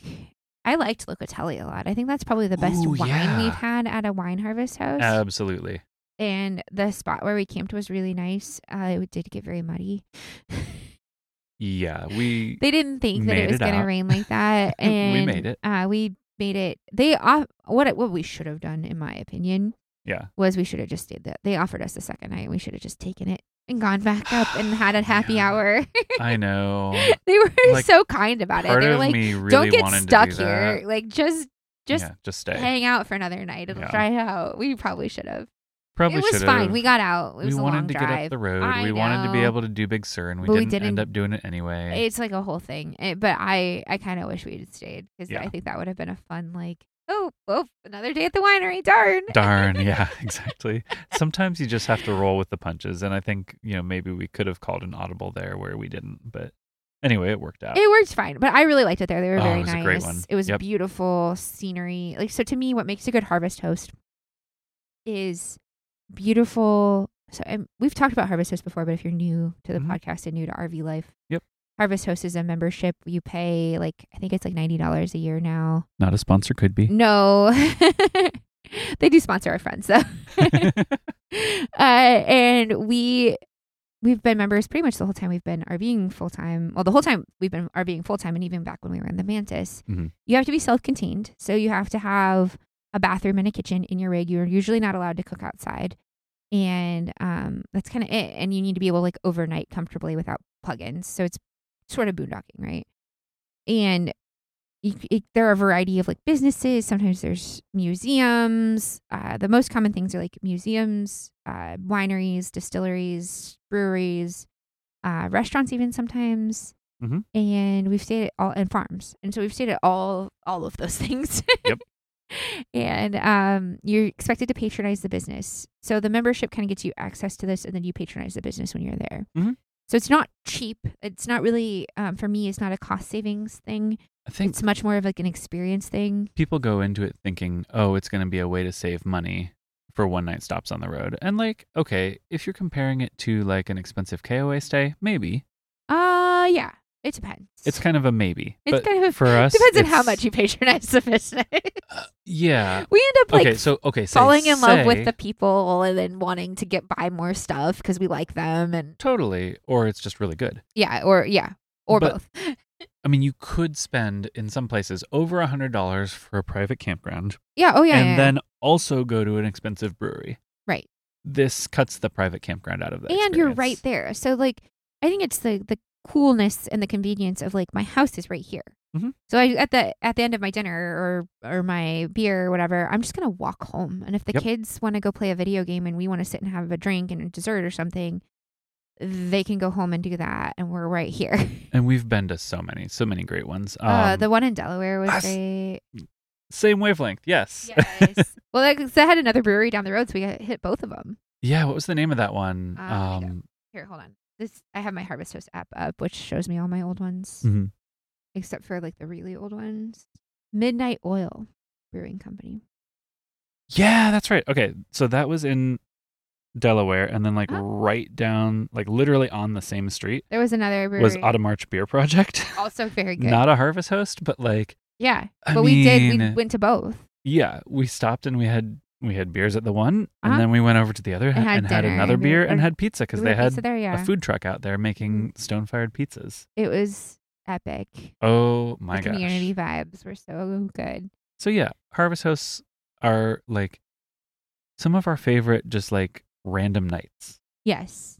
S1: I liked Locatelli a lot. I think that's probably the best
S2: Ooh,
S1: wine
S2: yeah. Uh,
S1: we've had at a wine harvest house.
S2: Absolutely.
S1: and the spot where we camped was really nice. Uh, it did get very muddy.
S2: Yeah, we
S1: They didn't think that
S2: Made
S1: it was
S2: it
S1: going to
S2: out.
S1: rain like that,
S2: We
S1: and
S2: made it.
S1: Uh, we made it. They off what it- what we should have done, in my opinion,
S2: yeah.
S1: was we should have just did that. They offered us the second night, and we should have just taken it and gone back up and had a happy
S2: Yeah.
S1: hour.
S2: I know.
S1: they were
S2: Like,
S1: so kind about it.
S2: Part
S1: They were
S2: of
S1: like,
S2: me really
S1: "Don't get
S2: wanted
S1: stuck
S2: to do that.
S1: here. Like, just just
S2: yeah, just stay.
S1: hang out for another night. It'll
S2: Yeah.
S1: dry out. We probably should have.
S2: Probably
S1: It was
S2: should've.
S1: fine. We got out. It was
S2: we
S1: a
S2: wanted
S1: long
S2: to
S1: drive.
S2: get up the road.
S1: I
S2: we wanted to be
S1: know.
S2: able to do Big Sur, and we,
S1: But we
S2: didn't,
S1: didn't-
S2: end up doing it anyway.
S1: It's like a whole thing. Eh, but I, I kind of wish we had stayed because
S2: Yeah.
S1: I think that would have been a fun like. Oh, oh, another day at the winery. Darn.
S2: Darn. Yeah, exactly. Sometimes you just have to roll with the punches, and I think you know maybe we could have called an audible there where we didn't, but anyway, it worked out.
S1: It worked fine, but I really liked it there. They were
S2: Oh,
S1: very
S2: it was
S1: nice.
S2: a great one.
S1: It was
S2: Yep.
S1: beautiful scenery. Like so, to me, what makes a good harvest host is beautiful. So and we've talked about harvest host before, but if you're new to the
S2: Mhm.
S1: podcast and new to RV life,
S2: Yep.
S1: Harvest Host is a membership. You pay like I think it's like ninety dollars a year now.
S2: Not a sponsor could be.
S1: No, they do sponsor our friends though. uh, and we we've been members pretty much the whole time we've been RVing full time. Well, the whole time we've been RVing full time, and even back when we were in the Mantis,
S2: Mhm.
S1: you have to be self contained. So you have to have a bathroom and a kitchen in your rig. You're usually not allowed to cook outside, and um, that's kind of it. And you need to be able to like overnight comfortably without plugins. So it's sort of boondocking, right? And you, c- it, e, there are a variety of like businesses. Sometimes there's museums. Uh, the most common things are like museums, uh, wineries, distilleries, breweries, uh, restaurants, even sometimes.
S2: Mhm.
S1: And we've stayed at all and farms, and so we've stayed at all all of those things.
S2: Yep.
S1: And um, you're expected to patronize the business, so the membership kind of gets you access to this, and then you patronize the business when you're there.
S2: Mhm.
S1: So it's not cheap. It's not really um, for me. It's not a cost savings thing
S2: I think
S1: it's much more of like an experience thing.
S2: people go into it thinking, oh, it's going to be a way to save money for one night stops on the road. And like, okay, if you're comparing it to like an expensive KOA stay, maybe
S1: Uh yeah. It depends.
S2: it's kind of a maybe.
S1: it's
S2: but
S1: kind of
S2: for us,
S1: depends on how
S2: it's-
S1: much you patronize the business.
S2: Yeah.
S1: we end up like
S2: okay. So okay. Say,
S1: falling in love
S2: say-
S1: with the people and then wanting to get buy more stuff because we like them and
S2: totally, or it's just really good.
S1: yeah, or yeah. Or
S2: But-
S1: both.
S2: I mean, you could spend in some places over a hundred dollars for a private campground,
S1: Yeah, oh yeah.
S2: and
S1: yeah,
S2: then also go to an expensive brewery.
S1: Right.
S2: This cuts the private campground out of that.
S1: yeah. and you're right there. So like I think it's the the coolness and the convenience of like my house is right here.
S2: Mhm.
S1: So I at the at the end of my dinner or or my beer or whatever, I'm just gonna walk home. And if the
S2: Yep.
S1: kids want to go play a video game and we want to sit and have a drink and a dessert or something, they can go home and do that, and we're right here.
S2: And we've been to so many, so many great ones. Um,
S1: uh, the one in Delaware was
S2: us-
S1: great.
S2: same wavelength, yes. Yeah.
S1: Yes. well, like, 'cause I had another brewery down the road, so we got hit both of them.
S2: what was the name of that one?
S1: Uh, there you
S2: um,
S1: Here, hold on. This I have my Harvest Toast app up, which shows me all my old ones.
S2: Mhm.
S1: except for like the really old ones. Midnight Oil Brewing Company.
S2: yeah, that's right. Okay, so that was in Delaware, and then like
S1: Ah.
S2: right down, like literally on the same street,
S1: There was another brewery.
S2: was Audemars Beer Project.
S1: also very good.
S2: Not a harvest host, but like,
S1: yeah,
S2: I
S1: but we did. We
S2: mean-
S1: went to both
S2: yeah, we stopped and we had we had beers at the one,
S1: Uh-huh.
S2: and then we went over to the other
S1: And had
S2: and had
S1: dinner,
S2: another
S1: and we-
S2: beer and
S1: or-
S2: had pizza because
S1: We
S2: they
S1: had pizza
S2: had
S1: there. Mm. Yeah,
S2: a food truck out there making stone fired pizzas.
S1: it was epic.
S2: Oh my
S1: the
S2: gosh!
S1: community vibes were so good.
S2: So yeah, harvest hosts are like some of our favorite just like random nights.
S1: Yes.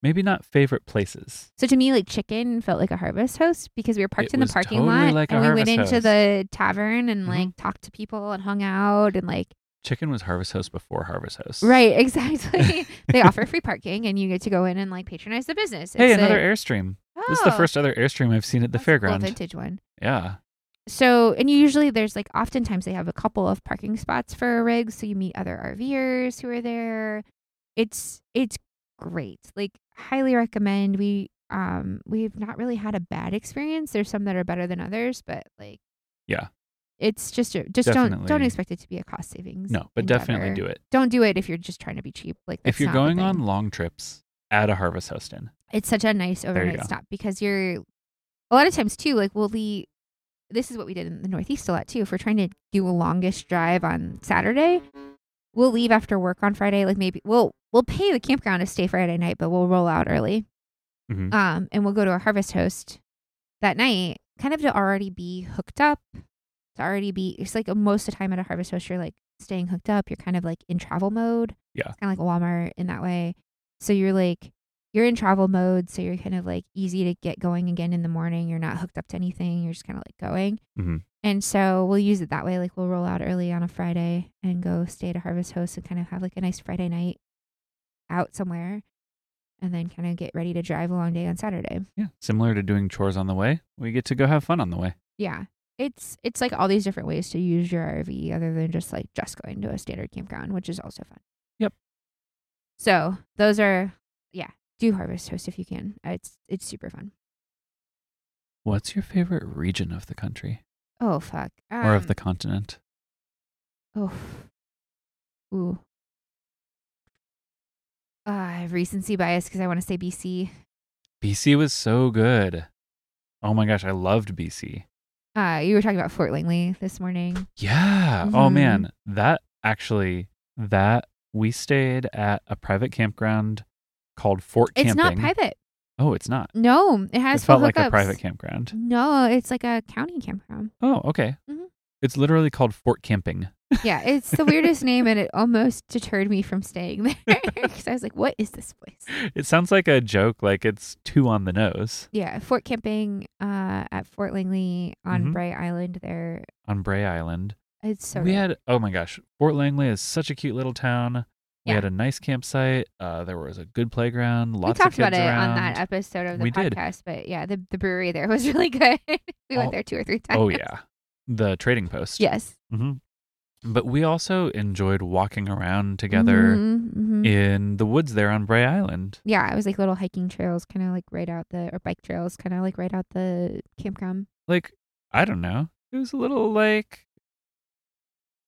S2: Maybe not favorite places.
S1: So to me, like chicken felt like a harvest host because we were parked
S2: It
S1: in the
S2: was
S1: parking
S2: totally
S1: lot
S2: like a
S1: and we went
S2: Harvest
S1: into
S2: Host.
S1: the tavern and
S2: Mhm.
S1: like talked to people and hung out and like
S2: Chicken was harvest host before harvest host.
S1: right exactly. they offer free parking and you get to go in and like patronize the business.
S2: Hey,
S1: It's a-
S2: another airstream. This is the
S1: Oh,
S2: first other airstream I've seen at the
S1: that's a cool
S2: fairground.
S1: vintage one.
S2: yeah.
S1: so and usually there's like oftentimes they have a couple of parking spots for rigs so you meet other rvers who are there it's it's great like highly recommend we um we've not really had a bad experience there's some that are better than others but like
S2: Yeah.
S1: it's just a- just don't don't
S2: Definitely.
S1: expect it to be a cost savings
S2: No, but definitely do it.
S1: don't do it if you're just trying to be cheap like
S2: If you're going on long trips, add a harvest host in.
S1: it's such a nice
S2: you
S1: overnight
S2: go.
S1: stop because you're a lot of times too like we'll be this is what we did in the northeast a lot too if we're trying to do a longest drive on saturday we'll leave after work on friday like maybe we'll we'll pay the campground to stay friday night but we'll roll out early
S2: Mhm.
S1: um and we'll go to a harvest host that night kind of to already be hooked up to already be it's like most of the time at a harvest host you're like staying hooked up you're kind of like in travel mode
S2: Yeah.
S1: kind of like a walmart in that way so you're like you're in travel mode, so you're kind of like easy to get going again in the morning. You're not hooked up to anything. You're just kind of like going.
S2: Mhm.
S1: And so we'll use it that way. Like we'll roll out early on a Friday and go stay at a Harvest Host and kind of have like a nice Friday night out somewhere, and then kind of get ready to drive a long day on Saturday.
S2: Yeah. Similar to doing chores on the way, we get to go have fun on the way.
S1: Yeah, it's it's like all these different ways to use your RV other than just like just going to a standard campground, which is also fun.
S2: Yep.
S1: So those are yeah, do Harvest Host if you can. It's it's super fun.
S2: What's your favorite region of the country
S1: Oh fuck.
S2: or of
S1: Um,
S2: the continent?
S1: Oh. Ooh. Uh, I have recency bias because I want to say BC.
S2: BC was so good. Oh my gosh, I loved BC.
S1: Uh, you were talking about Fort Langley this morning.
S2: Yeah. Oh
S1: Mhm.
S2: man, that actually that we stayed at a private campground called Fort
S1: It's
S2: Camping.
S1: not private.
S2: Oh, it's not.
S1: No, it has
S2: it felt
S1: full
S2: like a
S1: hookups.
S2: private campground.
S1: No, it's like a county campground.
S2: Oh, okay.
S1: Mhm.
S2: It's literally called Fort Camping.
S1: Yeah, it's the weirdest name, and it almost deterred me from staying there because I was like, "What is this place?"
S2: It sounds like a joke, like it's too on the nose
S1: Yeah, Fort Camping uh, at Fort Langley on
S2: Mhm.
S1: Bray Island. There,
S2: on Bray Island.
S1: it's so
S2: we
S1: rad.
S2: had oh my gosh, Fort Langley is such a cute little town. We
S1: Yeah.
S2: had a nice campsite. Uh, there was a good playground.
S1: we
S2: Lots
S1: talked
S2: of
S1: about
S2: kids
S1: it
S2: around.
S1: on that episode of the
S2: We did.
S1: podcast, but yeah, the the brewery there was really good. we
S2: Oh-
S1: went there two or three times.
S2: oh yeah, the trading post.
S1: yes,
S2: hmm But we also enjoyed walking around together
S1: Mhm, mhm.
S2: in the woods there on Bray Island.
S1: yeah, it was like little hiking trails, kind of like right out the or bike trails, kind of like right out the campground.
S2: Like I don't know, it was a little like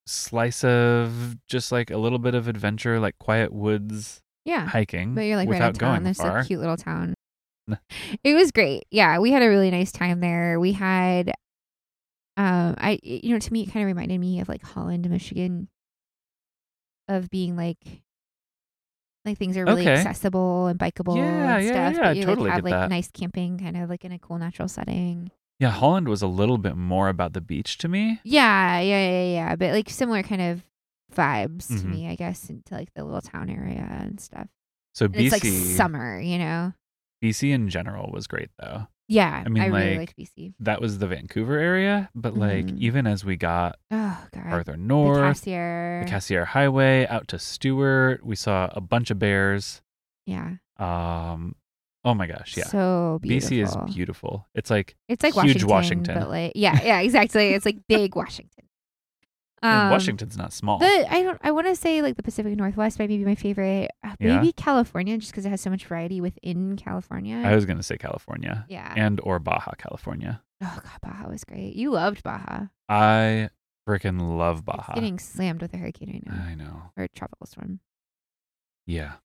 S2: slice of just like a little bit of adventure, like quiet woods
S1: Yeah,
S2: hiking.
S1: But you're like right
S2: Mm-hmm.
S1: in
S2: without
S1: town.
S2: going
S1: There's
S2: far.
S1: a cute little town.
S2: N-
S1: It was great. Yeah, we had a really nice time there. We had, um, I it- you know to me it kind of reminded me of like Holland, Michigan, of being like, like things are really
S2: Okay.
S1: accessible and bikeable
S2: Yeah,
S1: and
S2: yeah,
S1: stuff.
S2: yeah,
S1: but you
S2: totally
S1: like have
S2: get
S1: like
S2: that.
S1: nice camping, kind of like in a cool natural setting.
S2: Yeah, Holland was a little bit more about the beach to me.
S1: Yeah, yeah, yeah, yeah. But like similar kind of vibes to
S2: Mhm.
S1: me, I guess, into like the little town area and stuff.
S2: So
S1: And
S2: BC,
S1: it's like summer, you know.
S2: BC in general was great though.
S1: Yeah,
S2: I mean,
S1: really
S2: like,
S1: like BC.
S2: That was the Vancouver area, but like
S1: Mhm.
S2: even as we got
S1: Oh god.
S2: farther
S1: The
S2: north,
S1: Cassier.
S2: the Cassiar Highway out to Stewart, we saw a bunch of bears.
S1: yeah.
S2: Um, oh my gosh, yeah,
S1: So beautiful.
S2: BC is beautiful. It's like
S1: It's like
S2: Huge
S1: Washington,
S2: Washington.
S1: but like yeah, yeah, exactly. It's like big Washington.
S2: and
S1: Um,
S2: Washington's not small.
S1: The I don't I want to say like the Pacific Northwest might be my favorite. Uh,
S2: Yeah.
S1: Maybe California just because it has so much variety within California.
S2: I was gonna say California
S1: yeah.
S2: and or Baja California.
S1: oh god, Baja was great. You loved Baja.
S2: I freaking love
S1: It's
S2: Baja. Uh,
S1: getting slammed with a hurricane right now
S2: I know.
S1: or a tropical storm.
S2: Yeah.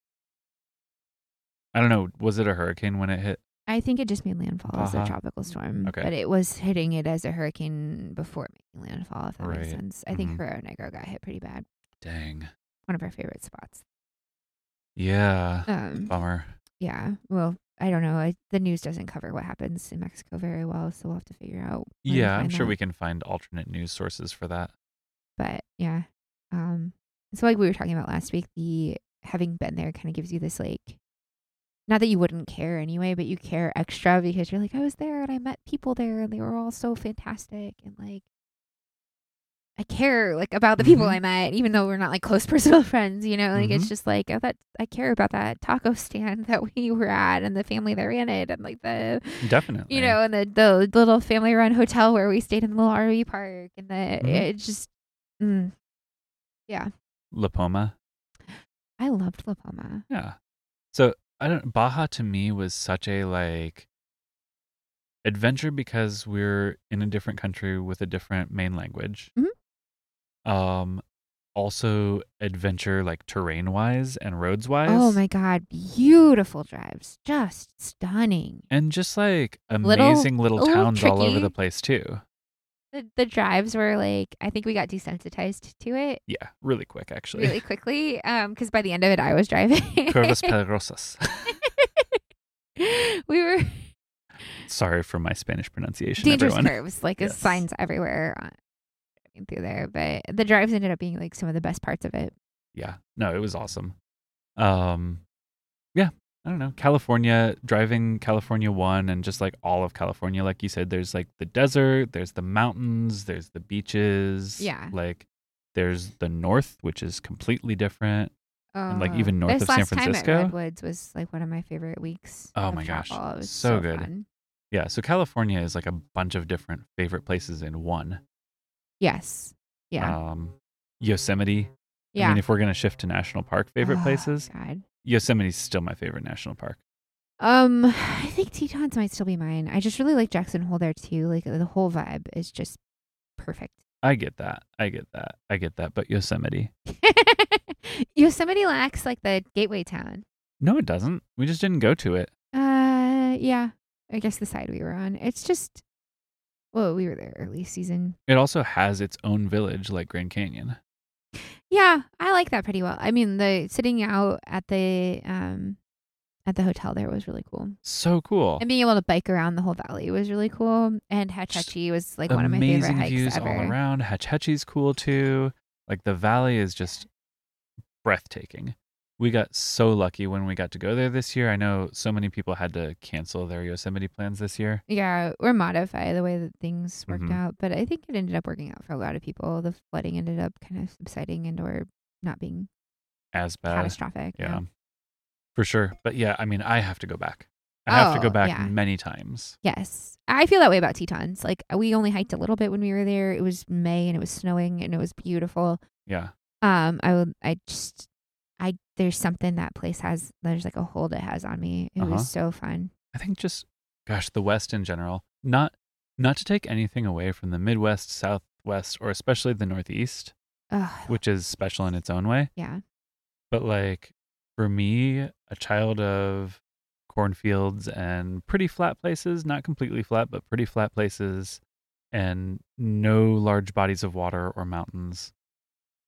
S2: I don't know. Was it a hurricane when it hit?
S1: I think it just made landfall as
S2: Baja.
S1: a tropical storm,
S2: Uh-huh. Okay.
S1: but it was hitting it as a hurricane before making landfall. If that
S2: Right.
S1: makes sense, I think
S2: Mhm.
S1: Cerro Negro got hit pretty bad.
S2: Dang.
S1: One of our favorite spots.
S2: Yeah.
S1: Um,
S2: Bummer.
S1: yeah. Well, I don't know. I, the news doesn't cover what happens in Mexico very well, so we'll have to figure out. when to
S2: Yeah, I'm
S1: find
S2: sure
S1: that.
S2: we can find alternate news sources for that.
S1: But yeah, um, so like we were talking about last week, the having been there kind of gives you this like. Not that you wouldn't care anyway, but you care extra because you're like, I was there and I met people there and they were all so fantastic and like I care like about the people
S2: Mhm.
S1: I met, even though we're not like close personal friends, you know, like it's just like oh, that I care about that taco stand that we were at and the family that ran it and like the
S2: Definitely.
S1: you know, and the the little family run hotel where we stayed in the little RV park and the
S2: Mm-hmm.
S1: it just mm,
S2: La Poma.
S1: I loved La Palma.
S2: Yeah. So I don't Baja to me was such a like adventure because we're in a different country with a different main language.
S1: Mm-hmm.
S2: Um also adventure like terrain wise and roads wise.
S1: Oh my god, beautiful drives. Just stunning.
S2: and just like
S1: Little-
S2: amazing little,
S1: a little
S2: towns all over
S1: tricky.
S2: the place too.
S1: The the drives were like I think we got desensitized to it
S2: Yeah, really quick actually.
S1: really quickly. Um, because by the end of it I was driving.
S2: Curvas peligrosas.
S1: we were
S2: Sorry for my Spanish pronunciation,
S1: dangerous
S2: everyone.
S1: curves, like
S2: Yes.
S1: signs everywhere on, through there. But the drives ended up being like some of the best parts of it.
S2: yeah no it was awesome um yeah i don't know california driving california one and just like all of california like you said there's like the desert there's the mountains there's the beaches
S1: Yeah.
S2: like there's the north which is completely different
S1: Um,
S2: like, even north
S1: this
S2: of San
S1: last
S2: Francisco?
S1: time at Redwoods was like one of my favorite weeks.
S2: Oh
S1: of
S2: my gosh,
S1: travel. It was
S2: so
S1: so,
S2: good.
S1: fun.
S2: yeah so california is like a bunch of different favorite places in one
S1: Yes, yeah,
S2: um yosemite
S1: yeah.
S2: i mean if we're gonna shift to national park favorite
S1: Oh,
S2: places
S1: God.
S2: yosemite's still my favorite national park
S1: Um, I think Tetons might still be mine. I just really like Jackson Hole there too. Like the whole vibe is just perfect.
S2: i get that i get that i get that but yosemite
S1: Yosemite lacks like the gateway town.
S2: No, it doesn't. We just didn't go to it.
S1: Uh, yeah. I guess the side we were on. It's just, well, we were there early season.
S2: It also has its own village like Grand Canyon.
S1: Yeah, I like that pretty well. I mean, the sitting out at the um at the hotel there was really cool.
S2: So cool.
S1: And being able to bike around the whole valley was really cool. And Hachachi was like one of my favorite
S2: Amazing
S1: hikes
S2: views
S1: ever.
S2: all around. Hetch Hetchy's cool too. Like the valley is just breathtaking. We got so lucky when we got to go there this year. I know so many people had to cancel their Yosemite plans this year.
S1: Yeah, or modify the way that things worked
S2: Mhm.
S1: out. But I think it ended up working out for a lot of people. The flooding ended up kind of subsiding and or not being
S2: As bad.
S1: catastrophic.
S2: Uh, Yeah. For sure. But yeah, I mean, I have to go back. I have to
S1: Oh,
S2: go back
S1: yeah.
S2: many times.
S1: Yes. I feel that way about Tetons. Like we only hiked a little bit when we were there. It was May and it was snowing and it was beautiful.
S2: Yeah.
S1: Um I would I just I there's something that place has there's like a hold it has on me. It
S2: Uh-huh.
S1: was so fun.
S2: I think just gosh, the West in general. Not not to take anything away from the Midwest, Southwest, or especially the Northeast,
S1: Ugh,
S2: which is special in its own way.
S1: yeah.
S2: But like for me, a child of cornfields and pretty flat places, not completely flat, but pretty flat places and no large bodies of water or mountains.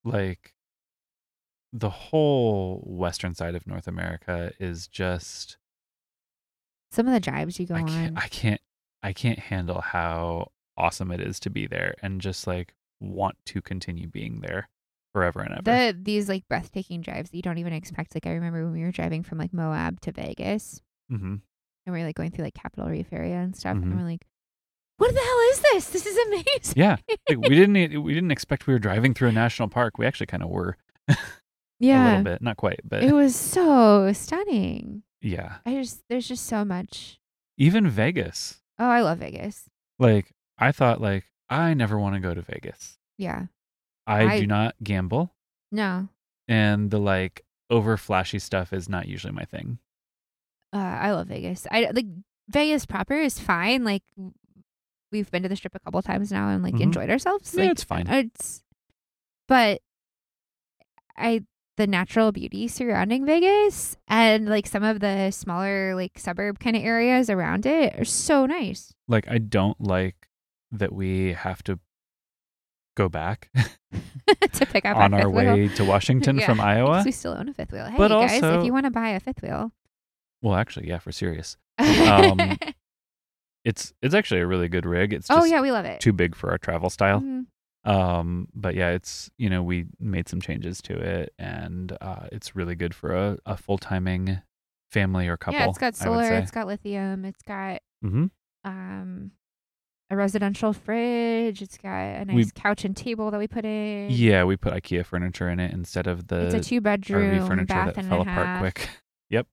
S2: Like the whole western side of North America is just
S1: Some of the drives you go
S2: I
S1: on.
S2: can't, I can't I can't handle how awesome it is to be there and just like want to continue being there forever and ever.
S1: the these like breathtaking drives that you don't even expect. Like I remember when we were driving from like Moab to Vegas
S2: hmm
S1: and we were like going through like Capitol Reef area and stuff
S2: Mhm.
S1: and we're like, What the hell is this? This is amazing.
S2: Yeah, like, we didn't e- we didn't expect we were driving through a national park. We actually kind of were a
S1: Yeah.
S2: little bit, not quite, but
S1: It was so stunning.
S2: yeah.
S1: I just there's just so much.
S2: Even Vegas,
S1: Oh, I love Vegas.
S2: like I thought, like I never want to go to Vegas.
S1: Yeah.
S2: I,
S1: I-
S2: do not gamble,
S1: No.
S2: and the like over flashy stuff is not usually my thing.
S1: Uh, I love Vegas. I like Vegas proper is fine. Like w- we've been to the strip a couple times now and like
S2: Mhm.
S1: enjoyed ourselves.
S2: Yeah,
S1: Like,
S2: it's fine.
S1: It's but I the natural beauty surrounding Vegas and like some of the smaller like suburb kind of areas around it are so nice.
S2: like I don't like that we have to go back
S1: to pick up
S2: on our
S1: fifth wheel.
S2: way to Washington
S1: Yeah.
S2: from Iowa.
S1: 'Cause We still own a fifth wheel. Hey
S2: But
S1: guys,
S2: also-
S1: if you want to buy a fifth wheel,
S2: Well, actually, yeah, for serious. Um, It's it's actually a really good rig. It's just
S1: oh yeah, we love it.
S2: too big for our travel style.
S1: Mhm.
S2: Um, but yeah, it's you know we made some changes to it, and uh, it's really good for a, a full timing family or couple.
S1: Yeah, it's got
S2: I would
S1: solar,
S2: say.
S1: it's got lithium, it's got
S2: hmm
S1: um a residential fridge, it's got a nice
S2: We-
S1: couch and table that we put in.
S2: Yeah, we put IKEA furniture in it instead of
S1: It's a
S2: the
S1: two
S2: RV
S1: bedroom
S2: furniture
S1: bath
S2: that
S1: and
S2: fell
S1: a
S2: apart
S1: half.
S2: quick.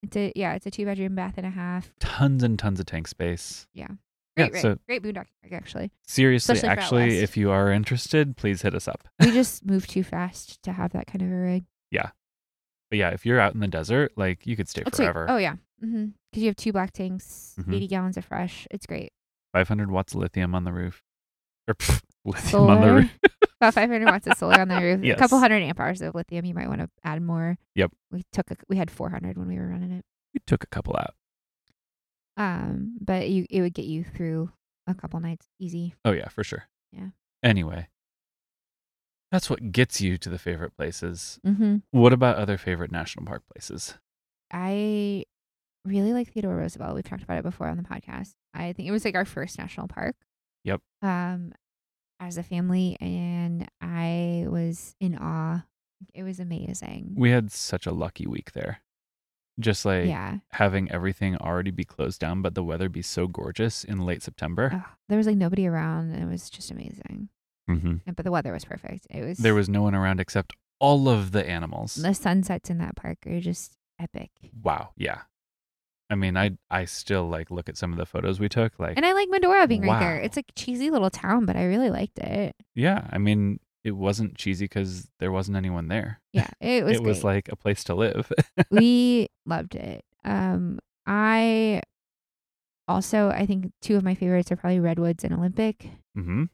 S1: It's a yeah, it's a two bedroom bath and a half.
S2: Tons and tons of tank space. Yeah,
S1: Great, rig.
S2: so-
S1: great boondock rig, actually.
S2: Seriously,
S1: Especially for out
S2: actually,
S1: west.
S2: if you are interested, please hit us up.
S1: We just move too fast to have that kind of a rig.
S2: But yeah, if you're out in the desert, like you could stay
S1: I'll take-
S2: forever.
S1: Oh yeah, because you have two black tanks,
S2: Mhm.
S1: eighty gallons of fresh. It's great.
S2: 500 watts of lithium on the roof, or pff, lithium on the
S1: Solar.
S2: roof.
S1: about 500 watts of solar on the roof. A couple
S2: Yes.
S1: hundred amp hours of lithium. You might want to add more.
S2: Yep.
S1: We took a, we had 400 when we were running it.
S2: We took a couple out.
S1: Um, but you it would get you through a couple nights easy.
S2: Oh yeah, for sure.
S1: Yeah.
S2: Anyway, that's what gets you to the favorite places.
S1: Mm-hmm.
S2: What about other favorite national park places?
S1: I really like Theodore Roosevelt. We've talked about it before on the podcast. I think it was like our first national park.
S2: Yep.
S1: Um, as a family, and I was in awe. It was amazing.
S2: We had such a lucky week there. Just like
S1: yeah.
S2: having everything already be closed down, but the weather be so gorgeous in late September.
S1: Ugh, there was like nobody around, and it was just amazing.
S2: hmm
S1: And- But the weather was perfect. It was
S2: There was no one around except all of the animals.
S1: the sunsets in that park are just epic.
S2: Wow. Yeah. I mean, I I still like look at some of the photos we took. Like,
S1: And I like Medora being right there.
S2: Wow.
S1: It's like a cheesy little town, but I really liked it.
S2: yeah. I mean, it wasn't cheesy because there wasn't anyone there.
S1: Yeah, it was.
S2: It was,
S1: great.
S2: like a place to live.
S1: we loved it. Um, I also I think two of my favorites are probably Redwoods and Olympic.
S2: hmm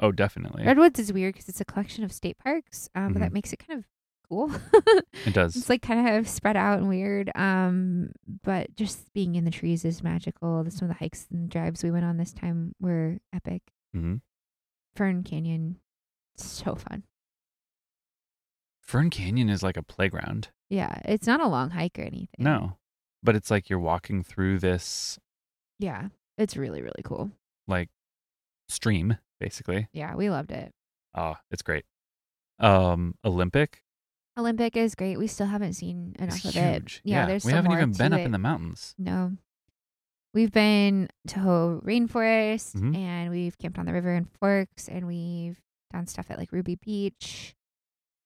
S2: Oh, definitely.
S1: Redwoods is weird because it's a collection of state parks, um,
S2: Mhm.
S1: but that makes it kind of cool.
S2: It does.
S1: it's like kind of spread out and weird. Um, but just being in the trees is magical. Some of the hikes and drives we went on this time were epic.
S2: Mhm.
S1: Fern Canyon, so fun.
S2: Fern Canyon is like a playground.
S1: Yeah, it's not a long hike or anything.
S2: No, but it's like you're walking through this
S1: Yeah. It's really, really cool.
S2: like stream basically.
S1: Yeah. We loved it.
S2: Oh, it's great. Um, Olympic
S1: Olympic is great. We still haven't seen
S2: is
S1: enough of
S2: huge.
S1: it. Yeah, There's
S2: we
S1: still
S2: haven't
S1: more
S2: even
S1: to
S2: been up
S1: it.
S2: in the mountains.
S1: No. We've been to Ho Rainforest
S2: Mhm.
S1: and we've camped on the river in Forks and we've done stuff at like Ruby Beach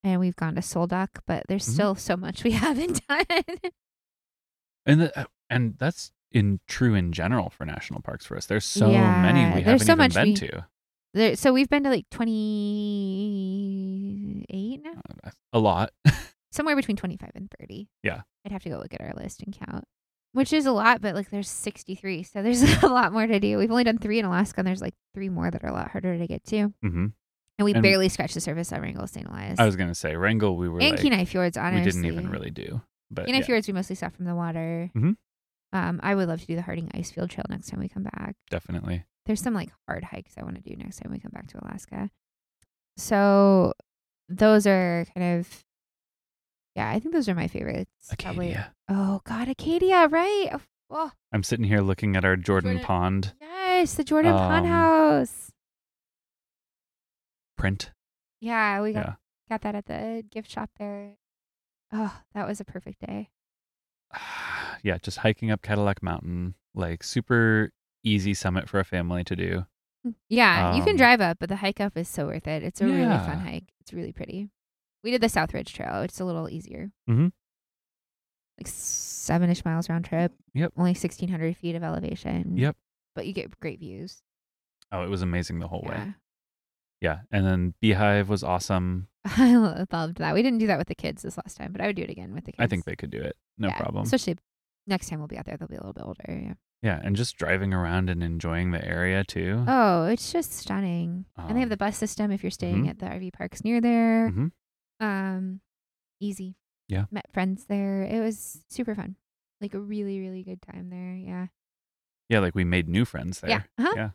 S1: and we've gone to Solduck, but there's
S2: Mhm.
S1: still so much we haven't done.
S2: And the, uh, and that's in true in general for national parks for us. There's so many
S1: Yeah,
S2: we
S1: there's
S2: haven't
S1: so
S2: even
S1: much
S2: been
S1: we-
S2: to.
S1: there, so we've been to like 28 now,
S2: A lot.
S1: somewhere between 25 and 30.
S2: Yeah.
S1: I'd have to go look at our list and count, which is a lot, but like there's 63. So there's a lot more to do. We've only done three in Alaska and there's like three more that are a lot harder to get to.
S2: hmm
S1: And we
S2: And-
S1: barely scratched the surface on Wrangell St. Elias.
S2: I was gonna say Wrangell. We were
S1: and
S2: like,
S1: Kenai Fjords, honestly.
S2: we didn't even really do, but
S1: Kenai
S2: yeah.
S1: Fjords, we mostly saw from the water.
S2: Mhm.
S1: Um, I would love to do the Harding Ice Field Trail next time we come back.
S2: definitely.
S1: There's some like hard hikes I want to do next time we come back to Alaska. So those are kind of, yeah, I think those are my favorites. probably.
S2: Acadia.
S1: Oh, God, Acadia, right? Oh, Oh,
S2: I'm sitting here looking at our Jordan,
S1: Jordan-
S2: Pond
S1: yes, the Jordan Pond
S2: Um,
S1: House.
S2: print.
S1: Yeah, we got,
S2: yeah.
S1: got that at the gift shop there. Oh, that was a perfect day.
S2: yeah, just hiking up Cadillac Mountain, like super easy summit for a family to do.
S1: Yeah, you can
S2: Um,
S1: drive up, but the hike up is so worth it. It's a really fun
S2: Yeah.
S1: hike. It's really pretty. We did the South Ridge Trail. It's a little easier.
S2: Mhm.
S1: Like seven ish miles round trip.
S2: Yep.
S1: Only 1,600 feet of elevation.
S2: Yep.
S1: But you get great views.
S2: Oh, it was amazing the whole way.
S1: Yeah.
S2: Yeah, and then Beehive was awesome.
S1: I lo- loved that. We didn't do that with the kids this last time, but I would do it again with the kids.
S2: I think they could do it. No
S1: Yeah,
S2: problem.
S1: Especially next time we'll be out there. They'll be a little bit older. Yeah.
S2: yeah, and just driving around and enjoying the area too.
S1: Oh, it's just stunning. and they have
S2: Um,
S1: the bus system if you're staying
S2: mhm.
S1: at the RV parks near there.
S2: Mhm.
S1: Um, easy.
S2: Yeah.
S1: Met friends there. It was super fun. Like a really, really good time there. Yeah.
S2: Yeah, like we made new friends there
S1: Yeah. Uh-huh.
S2: Yeah.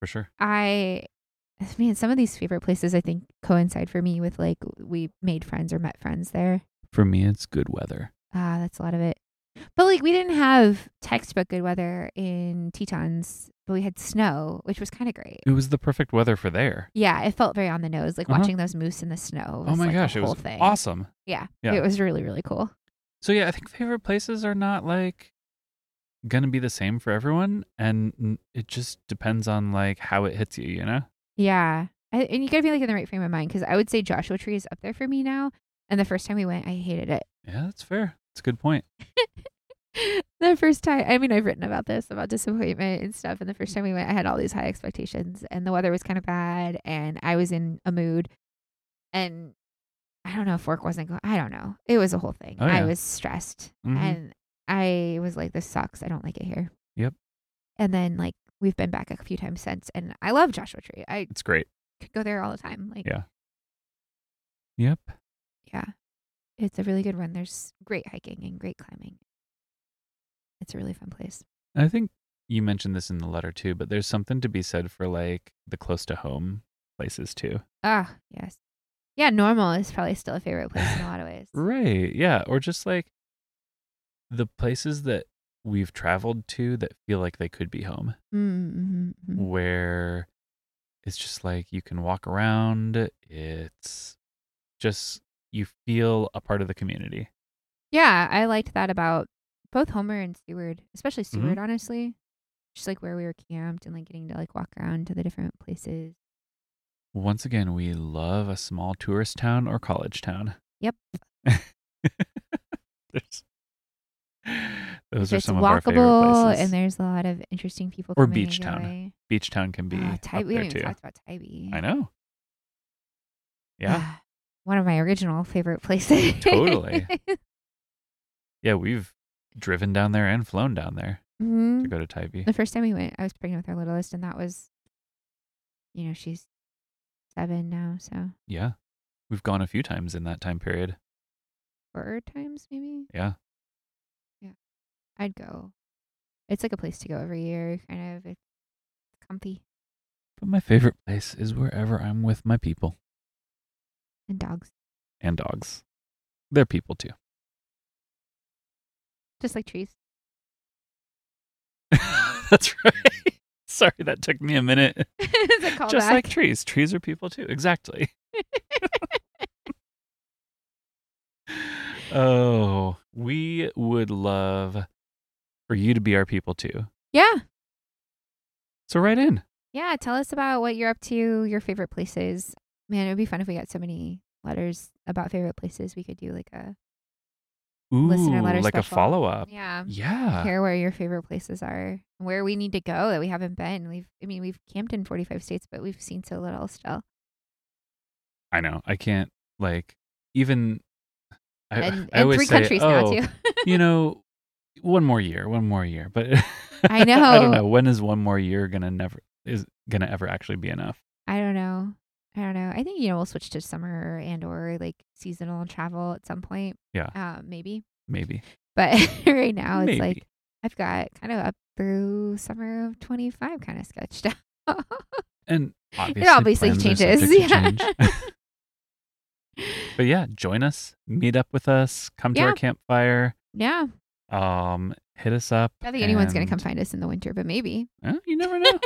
S2: for sure.
S1: I, man, some of these favorite places I think coincide for me with like we made friends or met friends there.
S2: For me, it's good weather.
S1: Ah, that's a lot of it. But like we didn't have textbook good weather in Tetons, but we had snow, which was kind of great.
S2: It was the perfect weather for there.
S1: Yeah, it felt very on the nose. Like
S2: Uh-huh.
S1: watching those moose in the snow.
S2: oh
S1: was,
S2: my
S1: like, a
S2: gosh, it was
S1: whole thing.
S2: awesome.
S1: Yeah,
S2: Yeah.
S1: it was really really cool.
S2: So yeah, I think favorite places are not like gonna be the same for everyone, and n- it just depends on like how it hits you. You know?
S1: Yeah, I, and you gotta be like in the right frame of mind because I would say Joshua Tree is up there for me now. And the first time we went, I hated
S2: Yeah, that's fair. It's a good point.
S1: it. the first time, I mean, I've written about this about disappointment and stuff. And the first time we went, I had all these high expectations, and the weather was kind of bad, and I was in a mood, and I don't know if work wasn't going. I don't know. It was a whole thing.
S2: Oh,
S1: I
S2: yeah.
S1: was stressed.
S2: Mhm.
S1: and I was like, "This sucks. I don't like it here."
S2: Yep.
S1: And then like we've been back a few times since, and I love Joshua Tree. I
S2: It's great.
S1: could go there all the time. Like,
S2: Yeah. Yep.
S1: yeah, it's a really good one. There's great hiking and great climbing. It's a really fun place.
S2: I think you mentioned this in the letter too, but there's something to be said for like the close to home places too.
S1: Ah, yes, yeah. Normal is probably still a favorite place in a lot of ways.
S2: Right. Yeah. Or just like the places that we've traveled to that feel like they could be home,
S1: Mm-hmm,
S2: Mm. where it's just like you can walk around. It's just, you feel a part of the community.
S1: Yeah, I liked that about both Homer and Seward, especially Seward,
S2: Mm-hmm.
S1: honestly. Just like where we were camped and like getting to like walk around to the different places.
S2: Once again, we love a small tourist town or college town.
S1: Yep.
S2: There's, those are
S1: it's
S2: some of our favorite
S1: walkable
S2: places.
S1: and there's a lot of interesting people
S2: Or
S1: coming and
S2: beach town.
S1: going.
S2: Beach town can be
S1: Oh,
S2: up
S1: Ty- we
S2: there
S1: haven't
S2: too.
S1: even talked about Tybee. Ah,
S2: I know. Yeah,
S1: One of my original favorite places.
S2: Totally. yeah, we've driven down there and flown down there
S1: Mhm.
S2: to go to Tybee.
S1: The first time we went, I was pregnant with our littlest and that was you know, she's seven now, so
S2: Yeah, we've gone a few times in that time period.
S1: four times maybe.
S2: Yeah.
S1: Yeah. I'd go. It's like a place to go every year, kind of. It's comfy
S2: But my favorite place is wherever I'm with my people
S1: and dogs.
S2: and dogs. They're people too.
S1: just like trees.
S2: That's right. Sorry, that took me a minute.
S1: it's a callback.
S2: Just like trees. Trees are people too. Exactly. oh, we would love for you to be our people too.
S1: yeah.
S2: So write in.
S1: Yeah. Tell us about what you're up to, your favorite places. Man, it would be fun if we got so many letters about favorite places. We could do like a,
S2: Ooh,
S1: Listener letter
S2: like a
S1: special.
S2: follow up.
S1: yeah,
S2: Yeah.
S1: hear where your favorite places are, where we need to go that we haven't been. We've, I mean, we've camped in 45 states, but we've seen so little still.
S2: I know. I can't like even. I,
S1: And,
S2: I
S1: and
S2: always
S1: three
S2: say,
S1: countries
S2: "Oh,
S1: now, too.
S2: you know, one more year, one more year. But
S1: I
S2: I
S1: know.
S2: don't know when is one more year gonna never is gonna ever actually be enough.
S1: I don't know. I don't know. I think you know we'll switch to summer and or like seasonal travel at some point.
S2: Yeah.
S1: Um, maybe.
S2: Maybe
S1: But right now it's
S2: Maybe.
S1: like I've got kind of up through summer of twenty five kind of sketched out.
S2: and obviously
S1: it obviously
S2: plans are
S1: changes.
S2: subject to
S1: Yeah.
S2: change. But yeah, join us, meet up with us, come to
S1: Yeah.
S2: our campfire,
S1: yeah.
S2: um, hit us up.
S1: I don't think anyone's gonna
S2: and-
S1: come find us in the winter, but maybe.
S2: Eh, you never know.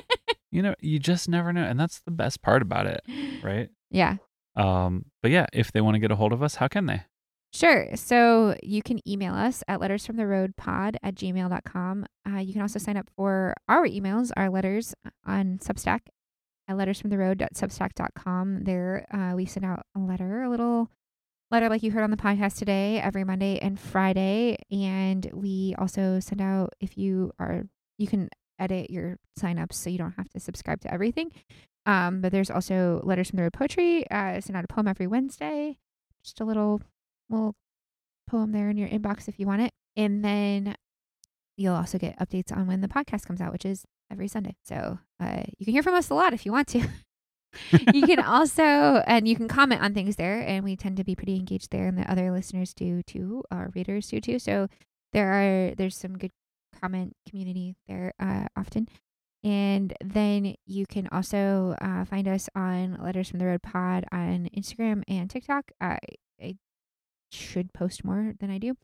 S2: you know, you just never know, and that's the best part about it, right?
S1: Yeah.
S2: Um, but yeah, if they want to get a hold of us, how can they?
S1: Sure. So you can email us at lettersfromtheroadpod at gmail.com. Uh, you can also sign up for our emails, our letters uh, on Substack at lettersfromtheroad.substack.com. There uh, we send out a letter, a little letter like you heard on the podcast today, every Monday and Friday. And we also send out, if you are, you can edit your signups so you don't have to subscribe to everything. Um, but there's also Letters from the Road Poetry. Uh, I send out a poem every Wednesday. Just a little little poem there in your inbox if you want it. And then you'll also get updates on when the podcast comes out, which is every Sunday. So uh, you can hear from us a lot if you want to. you can also, and you can comment on things there. And we tend to be pretty engaged there, and the other listeners do too, our readers do too. So there are, there's some good comment community there uh, often. And then you can also uh, find us on Letters from the Road Pod on Instagram and TikTok. Uh, should post more than I do.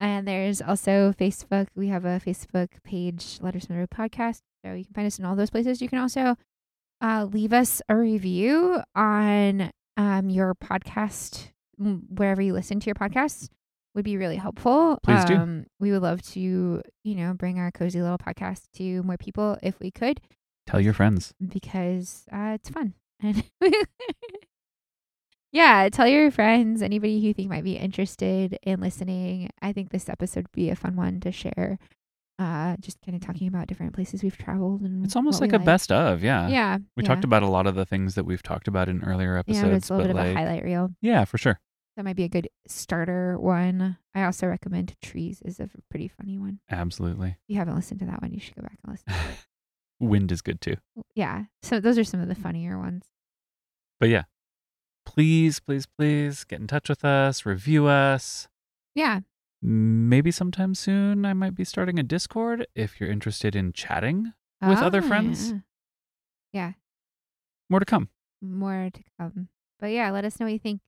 S1: And there's also Facebook. We have a Facebook page, Letters from the Road Podcast. So you can find us in all those places. You can also uh, leave us a review on um, your podcast, m- wherever you listen to your podcasts. Would be really helpful.
S2: Please do.
S1: um, We would love to, you know, bring our cozy little podcast to more people if we could,
S2: Tell your friends.
S1: because uh, it's fun. And yeah, tell your friends, anybody who you think might be interested in listening. I think this episode would be a fun one to share. Uh, just kind of talking about different places we've traveled and
S2: It's almost
S1: Mm, what
S2: like
S1: we
S2: a best of, yeah.
S1: Yeah,
S2: We
S1: yeah.
S2: talked about a lot of the things that we've talked about in earlier
S1: yeah,
S2: episodes,
S1: but it's a
S2: but
S1: little bit of
S2: like,
S1: a highlight reel.
S2: yeah, for sure,
S1: That might be a good starter one. I also recommend trees is a pretty funny one.
S2: absolutely.
S1: If you haven't listened to that one, you should go back and listen.
S2: Wind is good too.
S1: yeah, so those are some
S2: Mm.
S1: of the funnier ones.
S2: But yeah, please, please, please get in touch with us, review us.
S1: Yeah,
S2: Maybe sometime soon, I might be starting a Discord if you're interested in chatting. With other
S1: ah,
S2: friends?
S1: yeah.
S2: More to come.
S1: more to come. But yeah, let us know what you think.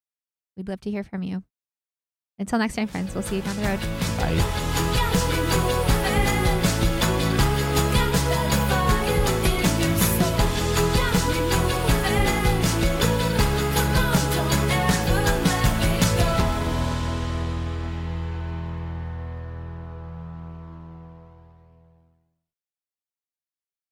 S1: We'd love to hear from you. Until next time, friends, we'll see you down the road.
S2: Bye.
S3: Yes, we do.